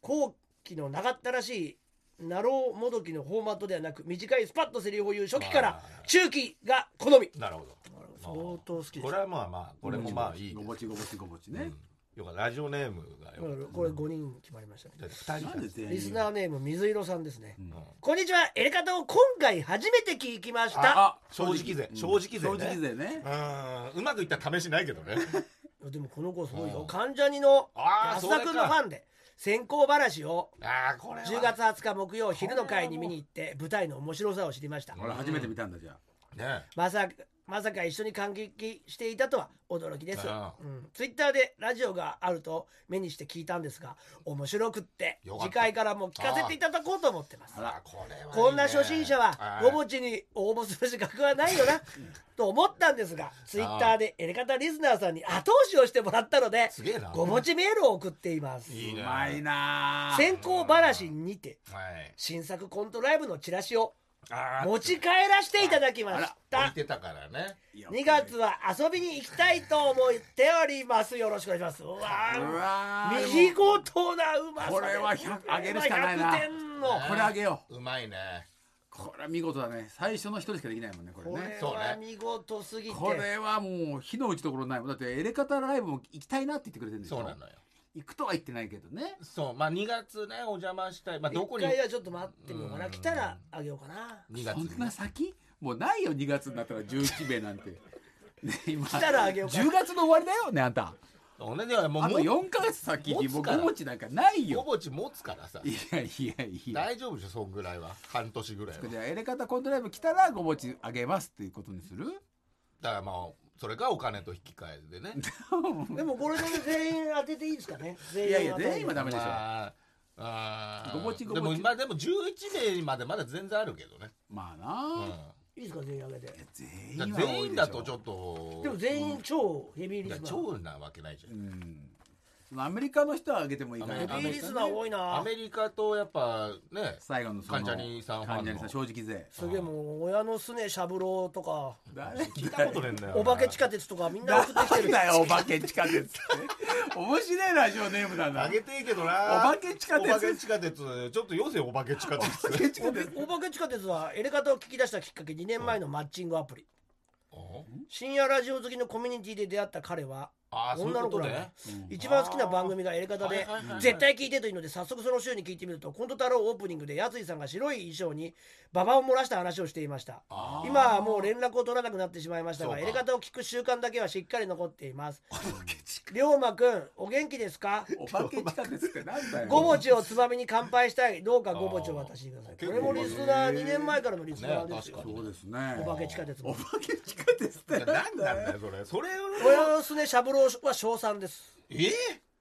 A: 後期の長ったらしいナローもどきのフォーマットではなく短いスパッとセリフを言う初期から
B: はい
A: 中期が好み
B: なるほど。
A: 相当好きです
B: これはまあまあ、これもまあいい
C: ご
B: です。
C: ぼちごぼちごぼち
B: う
C: ね
B: ん。よかったラジオネームがよかっ
A: これ5人決まりましたね
B: た。二人
C: な
B: か
C: んで全員
A: リスナーネーム水色さんですね
C: うん
A: こんにちはエレカタを今回初めて聞きました
C: あ
B: 正直勢正直勢ね
C: 正直勢ね
B: うん、うまくいったら試しない
A: [laughs]
B: けどね。
A: でもこの子すごいうよ
B: ん
A: 関ジャニの
B: あー
A: 安田君のファンで先行話を
B: ああ、これは。
A: 10月20日木曜昼の会に見に行って舞台の面白さを知りました
C: 俺初めて見たんだじゃあ
B: ね。
A: まさかまさか一緒に感激していたとは驚きです、
B: あ
A: う
B: あ
A: ん、ツイッターでラジオがあると目にして聞いたんですが面白くって
B: よかった
A: 次回からも聞かせていただこうと思ってます
B: あら、これはいいね。
A: こんな初心者は
B: あー
A: ごぼちに応募する資格はないよ
B: [laughs]
A: なと思ったんですがツイッターでエレカタリスナーさんに後押しをしてもらったのです
B: げえな。
A: ごぼちメールを送っています
B: いいうね。
C: まいなあ
A: 先行話にて
B: はい。
A: 新作コントライブのチラシを
B: ああ、
A: 持ち帰らせていただきまし
B: 置
A: た
B: いてたからね。
A: 2月は遊びに行きたいと思っておりますよろしくお願いしますう
C: う
A: わ
C: わあ
A: ー見事なうまさで
C: これは100上げるしかないな
A: これは100点の
C: これあげよ
B: う。うまいね。
C: これは見事だね最初の一人しかできないもんねこれ
A: こ
C: ね
A: れは見事すぎて
C: これはもう火の打ちどころないもんだってエレカタライブも行きたいなって言ってくれてるんでしょ
B: そうなのよ。
C: 行くとは言ってないけどね
B: そう、まあ2月ね、お邪魔したい。まあどこ
A: 一
B: に
A: 回はちょっと待ってみようか
B: う
A: なん来たらあげようかな
B: 2月
C: そ
B: に
C: んな先もうないよ2月になったら11名なんて
B: [laughs]
C: ね今
A: 来たらあげようか
C: 10月の終わりだよねあんた
B: そうね、ではもう
C: あと
B: も
C: 4ヶ月先にも
B: 持つ
C: う
B: から
C: ごもちなんかない
B: ご
C: よ
B: ぼち持つからさ
C: い。やいやいや
B: 大丈夫でしょ、そんぐらいは。半年ぐらいは。
C: じゃあエレカタコントライブ来たらごもちあげますっていうことにする
B: だからまあ、それかお金と引き換えでね。
A: でもこれで全員当てていいですかね全
C: いやいや全員は
A: 今
C: ダメでしょ
B: まああー
C: ごぼちごぼち
B: でも、まあでも11名までまだ全然あるけどね。
C: まあ
B: うん
C: なあ
A: いいですか全員あげて
C: 全員
B: だ
C: は
B: から全
C: 多い
B: 員
C: でしょ
B: だとちょっと。
A: でも全員超ヘビー
B: い
A: リ
B: や
A: スナー
B: 超なわけないじゃん
C: う。んそのアメリカの人はあげてもいいかな
B: アメリカ
A: ヘビーリスナー多い
B: ア
A: な
B: メリカとやっぱね、
C: 最後のその
B: 関ジャニさんファンの
C: 関ジャニさん正直勢
A: すげえもう親のすねしゃぶろうとか
C: 誰
B: 聞いたことねえんだよな。
A: お化け地下鉄とかみんな送ってきて
C: 誰
A: る
C: だよお化け地下鉄って面白いラジオネームだな
B: あげてえけどな。
C: お化け地下鉄
B: お化け地下鉄。ちょっとよせお化け地下鉄。
C: [laughs] お化け地下鉄
A: お化け地下鉄はエレカタを聞き出したきっかけ2年前のマッチングアプリ
B: お
A: 深夜ラジオ好きのコミュニティで出会った彼は
B: ああ、そういう
A: 女の
B: こ
A: 子
B: と
A: ら
B: ね
A: ね。一番好きな番組がエレカタ
B: は
A: で
B: いはいはいはい
A: 絶対聞いてというので早速その週に聞いてみるとコント太郎オープニングでやついさんが白い衣装に馬場を漏らした話をしていました
B: あ
A: 今はもう連絡を取らなくなってしまいました
B: そう
A: が
B: か
A: エレカタを聞く習慣だけはしっかり残っています龍馬くんお元気ですか
C: お化け地下鉄ってなんだよ
A: ごぼちをつまみに乾杯したいどうかごぼちを渡してください
B: あー
A: これもリスナー2年前からのリスナー
B: ね
A: ですよ
B: 確かに
C: そうですね
A: お化け地下鉄
C: お
A: も
C: 化け地下鉄っ
B: い
C: て
B: や
C: な
B: 何
C: ん
B: な
C: だ
B: んだ
C: よ
B: よそれ。それ
A: [laughs]
B: を。
A: 親のすねしゃぶろうは賞賛です
B: ええ？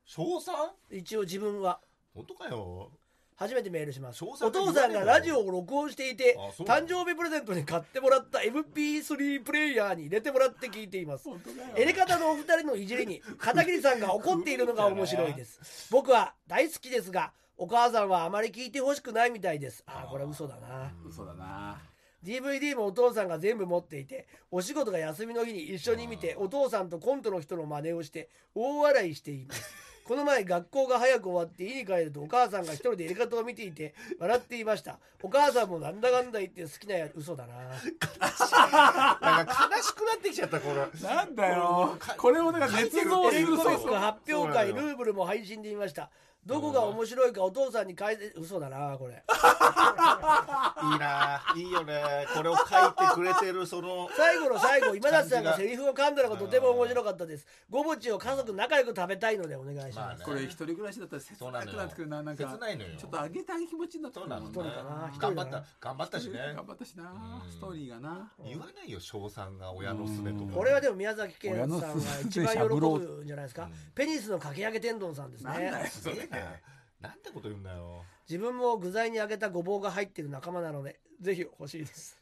B: 賞賛？
A: 一応自分は
B: 本当
A: [laughs]
B: かよ。
A: 初めてメールします
B: 賞賛
A: お
B: って言わ
A: 父
B: ね
A: さ
B: えだ
A: ん
B: ろ
A: がラジオを録音していて
B: あそうな
A: 誕
B: の
A: 生日プレゼントに買ってもらった MP3 プレイヤーに入れてもらって聞いています
C: 本当だよ
A: エレカタのお二人のいじりに片桐さんが怒っているのが面白いです僕は大好きですがお母さんはあまり聞いてほしくないみたいですああこれは嘘だな
C: 嘘だな
A: DVD もお父さんが全部持っていてお仕事が休みの日に一緒に見てお父さんとコントの人の真似をして大笑いしていますこの前学校が早く終わって家に帰るとお母さんが一人でエレカタを見ていて笑っていましたお母さんもなんだかんだ言って好きなや嘘だな
B: なんか悲しくなってきちゃったこれ。
C: なんだよこれもだから捏造
A: エレ
C: する
A: コミック
C: 嘘
A: 発表会ルーブルも配信で見ましたどこが面白いかお父さんに解説嘘だなこれ
B: いいなぁいいよねこれを書いてくれてるその
A: 最後の最後今立さんが
B: 感じ
A: セリフを噛んだのがとても面白かったですごぼちを家族仲良く食べたいのでお願いします、
B: まあね
C: これ一人暮らしだったら切なくなってくるななん
B: 切
C: か
B: ないのよ
C: ちょっとあげたい気持ちになっ
B: そ
C: てく
B: う
C: る
B: な
C: も
B: の
C: ん
B: ね
A: そうだな
B: 頑
A: 一
B: 張
A: 人
B: っ
A: だ
B: た
A: な
B: 頑張ったしね
C: 頑張ったしな
B: うん
C: ストーリーがな
B: 言わないよ小三が親のすねとか
A: これはでも宮崎県さんが一番喜ぶんじゃないです
B: う
A: か
B: ん
A: ペニスのかき揚げ天丼さんです
C: なんだよ
A: ね
B: す
C: そ
B: げ
C: れ
B: えな
C: [laughs]
B: なんてこと言うんだよ
A: 自分も具材に揚げたごぼうが入ってる仲間なのでぜひ欲しいです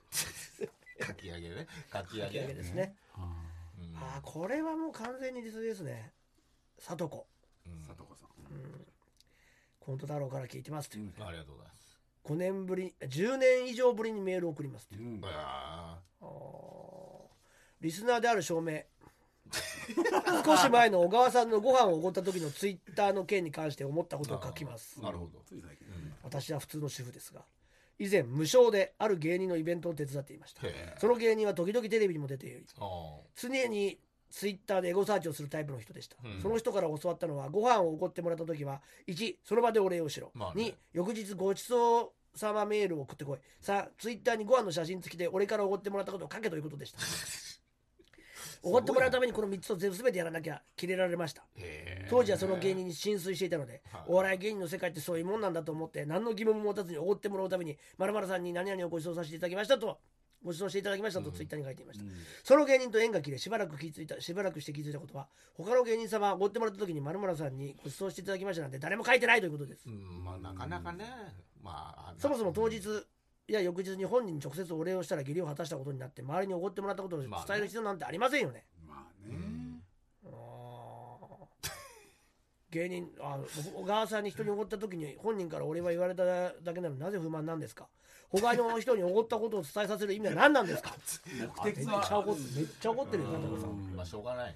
B: かき揚げねかき揚
A: かき
B: げ
A: 揚げですね
B: うん
A: ああこれはもう完全にディスですね里子
B: うん
C: さとこさん
A: コント太郎から聞いてますという
B: ありがとうございます
A: 5年ぶり10年以上ぶりにメールを送りますという
C: うん
B: うわ
A: あーリスナーである証明 [laughs] 少し前の小川さんのご飯をおごった時のツイッターの件に関して思ったことを書きます
B: ーなるほど
C: つい最近
A: 私は普通の主婦ですが以前無償である芸人のイベントを手伝っていました
B: へえ
A: その芸人は時々テレビにも出ており
B: あー
A: 常にツイッターでエゴサーチをするタイプの人でした、
B: うん
A: その人から教わったのはご飯をおごってもらった時は1その場でお礼をしろ、
B: まあね
A: 2翌日ごちそうさまメールを送ってこい3ツイッターにご飯の写真付きで俺からおごってもらったことを書けということでした
B: [laughs]
A: おごってもらうためにこの3つを全部全てやらなきゃキレられました
B: へえ
A: 当時はその芸人に浸水していたので、
B: はい
A: お笑い芸人の世界ってそういうもんなんだと思って何の疑問も持たずにおごってもらうために「まるさんに何々をご馳走させていただきました」と「ご馳走していただきました」とツイッターに書いていました、その芸人と縁が切れしばらく気づいたしばらくして気づいたことは他の芸人様おごってもらった時にまるさんにご馳走していただきましたなんて誰も書いてないということです、
B: うんまあなかなかねまあ
A: そもそも当日いや翌日に本人に直接お礼をしたら義理を果たしたことになって周りにおごってもらったことを伝
B: まあね
A: える必要なんてありませんよね、
C: まあ
B: う
C: ね
B: ん
A: あー芸人あ小川さんに人におごった時に本人から俺は言われただけなのになぜ不満なんですか他の人におごったことを伝えさせる意味は何なんですか
C: 目
A: めっ
C: 的
A: ち
C: は
A: ゃ怒ってめっちゃ怒ってるよ佐藤さ
B: うんんまあしょうがないね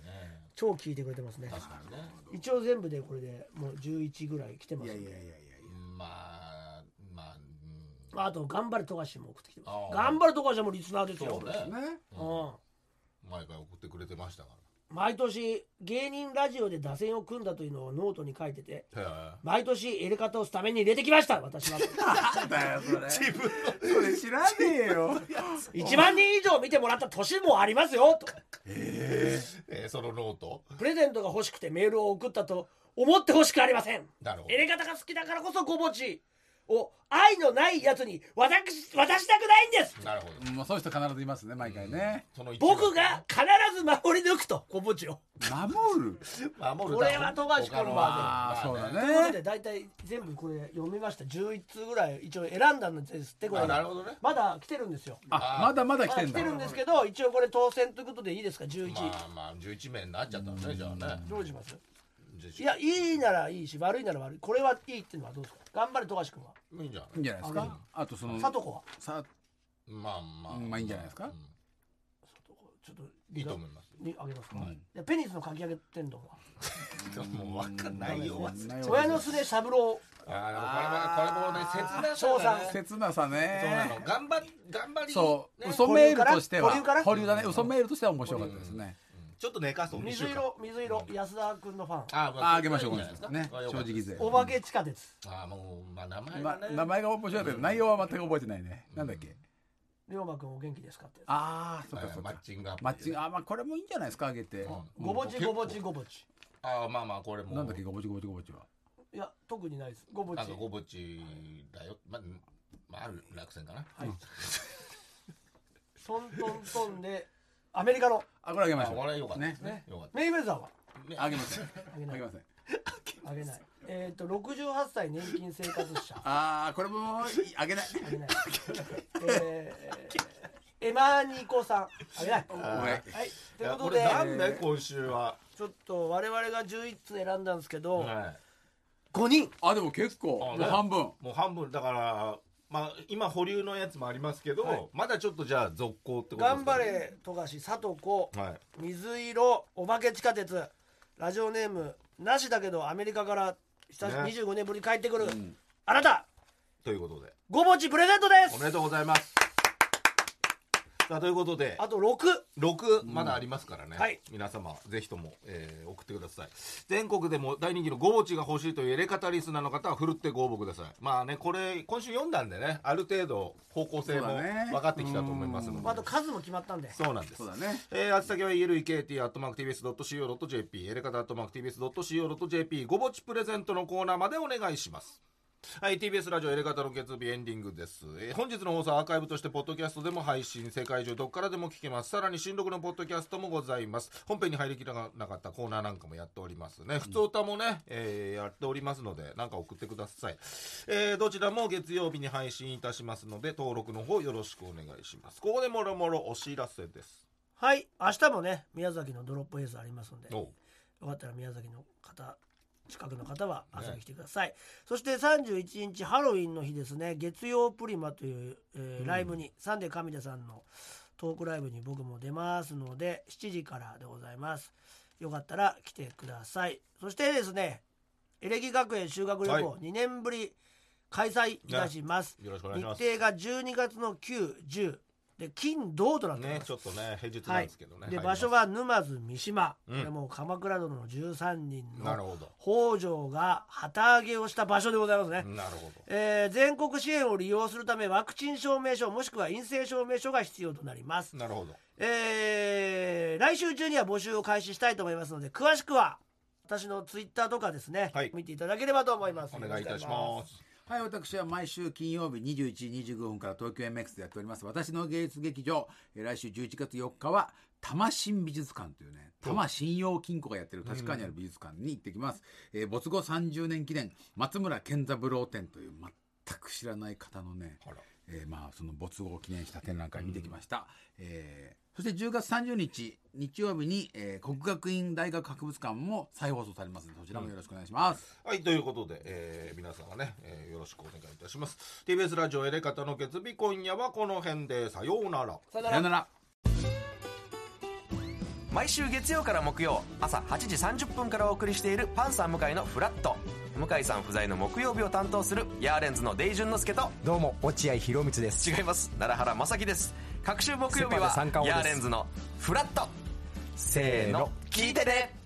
A: 超聞いてくれてますね
B: 確かにね
A: 一応全部でこれでもう11ぐらい来てま
C: い
A: す
C: やい
A: ん
C: やいやい
A: で
C: やいや
B: まあまあうん
A: あと「頑張れ富樫」も送ってきてま
B: あ
A: す
B: ー
A: 頑張れ富樫はもうリスナーですよ
B: そうね
C: ね
A: うん
B: 毎回送ってくれてましたか
A: 毎年芸人ラジオで打線を組んだというのをノートに書いてて
B: ら
A: 毎年入れ方をスタメンに入れてきました私は
C: なんだよそれ自分それ知らねえよ
A: 1万人以上見てもらった年もありますよと
B: えーそのノート
A: プレゼントが欲しくてメールを送ったと思ってほしくありません
B: なるほど
A: 入れ方が好きだからこそごぼちを愛のないやつに渡し渡したくないんです
B: なるほど
C: まあそういう人必ずいますね毎回ね
B: その一番
A: 僕が必ず守り抜くとごぼちを
C: 守る
B: 守る
A: これは富樫君は
C: ああそうだ
A: ということ
C: ね
A: で大体全部これ読みました11通ぐらい一応選んだんですってこれ
B: あなるほどね
A: まだ来てるんですよ
C: あまだまだ
A: ま
C: 来
A: だ
C: てん
A: 来
C: だ
A: てるんですけど一応これ当選ということでいいですか11、
B: まあまあ11名になっちゃったのねじゃあね
A: どうしますい
B: い
A: やいいならいいし悪いなら悪いこれはいいっていうのはどうですか頑張れ富樫君はい
B: いんじゃない
C: いんじゃないですかあとその
A: 佐藤子は
C: さ
B: まあまあ
C: まあいいんじゃないですか
B: うん
A: ちょっと
B: いいと思います
A: にあげますか、
C: はい
A: でペニスのかき揚げ天丼は
B: もう分かんないよ
A: 親のすね三郎
B: あーでもこれもこれもね切
A: 翔
B: な
A: さ
B: さ
A: ん
B: だね
C: 切なさ
B: そうな
C: ね
B: の頑張り頑張り
C: そう
B: ね
C: 嘘メールとしては
A: 保留から
C: 保留だね嘘メールとしては面白かったですね
B: うんちょっと寝かそう二週
A: 水
B: 間
A: 色水色安田君のファン
B: あー
C: ああげましょう
B: いいん
C: こ
B: じ
C: の
B: ゃないですか
C: 人
B: あ
C: ね
B: よ
C: 正
B: かった
C: 直勢
A: お化け地下鉄
B: あーもうまあ名前
C: ま
B: はね
C: 名前が面白いけど内容は全く覚えてないねなんだっけ
A: 龍馬君お元気ですかってやつ
C: ああそっかそっ
B: マ
C: か
B: ッチングアプリ
C: マッチングあまあこれもいいんじゃないですかあげて
B: うん
A: ごぼち
B: 結
A: ご
B: 構
A: ぼちごぼち
B: ああまあまあこれも
C: なんだっけごぼちごぼちごぼちはい
A: や特にないですごぼち
B: なんかごぼちだよまあまあある落選かな
A: はい [laughs] トントントンでアメリカの
C: あこれあげま
B: ま
C: し
B: あ
C: ょう
B: これは良かったです
C: ね
B: ね良かっ
A: メイウェザーは
B: た
C: あ
B: ね
C: げません
A: あげな
C: あ
A: い
C: げません
A: あげないえっ、と68歳年金生活者
C: ああこれもあげない
A: あ
B: [laughs]
A: げないえー、エマニコさんあげない
C: お
A: は
C: 前
A: いと
B: い
A: いう
B: や
A: こ
B: ことれ
A: で
B: なんだよ今週は
A: ちょっと我々が11つ選んだんですけど、
B: は
A: 5人
C: あでも結構も
B: あ
C: う
B: ね
C: 半分
B: いもう半分だからまあ今保留のやつもありますけ
A: はい
B: どまだちょっとじゃあ続行ってことですかね
A: 頑張れ富樫さと子
B: はい
A: 水色お化け地下鉄ラジオネームなしだけどアメリカから久し
B: ね
A: 25年ぶりに帰ってくる、あなた
B: ということで
A: ごぼちプレゼントです
B: おめでとうございますさあということで
A: あと6
B: 6まだありますからね、
A: はい
B: 皆様ぜひとも、えー送ってください全国でも大人気のごぼちが欲しいというエレカタリスナーの方はふるってご応募くださいまあねこれ今週読んだんでねある程度方向性も
C: そうだね
B: 分かってきたと思いますので、
A: まああと数も決まったんで
B: そうなんです
C: そうだね。
B: えー、あつ先は elekt.tbs.co.jp、エレカタ .tbs.co.jp、ごぼちプレゼントのコーナーまでお願いします。はい、TBS ラジオエレガタの月曜日エンディングです、えー本日の放送はアーカイブとしてポッドキャストでも配信世界中どこからでも聞けますさらに新録のポッドキャストもございます本編に入りきらなかったコーナーなんかもやっておりますね普通歌もね、えーやっておりますのでなんか送ってください、えーどちらも月曜日に配信いたしますので登録の方よろしくお願いしますここでもろもろお知らせです
A: はい明日もね宮崎のドロップエースありますんで
B: おう
A: よかったら宮崎の方近くの方は遊びに来てください、そして31日ハロウィンの日ですね月曜プリマという、えーライブに、サンデー神田さんのトークライブに僕も出ますので7時からでございますよかったら来てくださいそしてですねエレキ学園修学旅行、
B: は
A: 2年ぶり開催いたします、
B: よろしくお願いし
A: 日
B: ます。
A: 程が12月の910で金銅となっており
B: ね
A: ま、す
B: ちょっとね、平日な
A: は
B: ん
A: い
B: ですけどね。
A: で
B: 入り
A: 場
B: ます
A: 所は沼津三島、
B: うん
A: これもう鎌倉殿の13人
B: なる
A: の
B: ほど。
A: 北条が旗揚げをした場所でございますね、
B: なるほど。
A: えー全国支援を利用するためワクチン証明書もしくは陰性証明書が必要となります、
B: なるほど。
A: えー来週中には募集を開始したいと思いますので詳しくは私のツイッターとかですね、
B: はい
A: 見ていただければと思います
B: お願いいたし
A: よろ
B: ま
A: く
B: す。
C: はい、私は毎週金曜日21時25分から東京 MX でやっております。私の芸術劇場、えー来週11月4日は、多摩新美術館というね、多摩信用金庫がやってる立川にある美術館に行ってきます。えー没後30年記念、松村健三郎展という全く知らない方のね、
B: あら
C: えーまあその没後を記念した展覧会見てきました、えーそして10月30日日曜日に、えー国学院大学博物館も再放送されますのでそちらもよろしくお願いします、
B: はい、ということで、えー皆さんはね、えーよろしくお願いいたします。TBS ラジオエレカタの月日、今夜はこの辺で、さようなら。
A: さよな
C: さ
A: ら
C: よなら
D: 毎週月曜から木曜朝8時30分からお送りしているパンサー向井のフラット向井さん不在の木曜日を担当するヤーレンズのデイジュンの之介と
E: どうも落合博満です
D: 違います奈良原正樹です各週木曜日は
E: セパで三冠王
D: ヤー
E: です
D: レンズのフラットせ
E: せ
D: ー
E: ー
D: の
E: の
D: 聞いてて、ね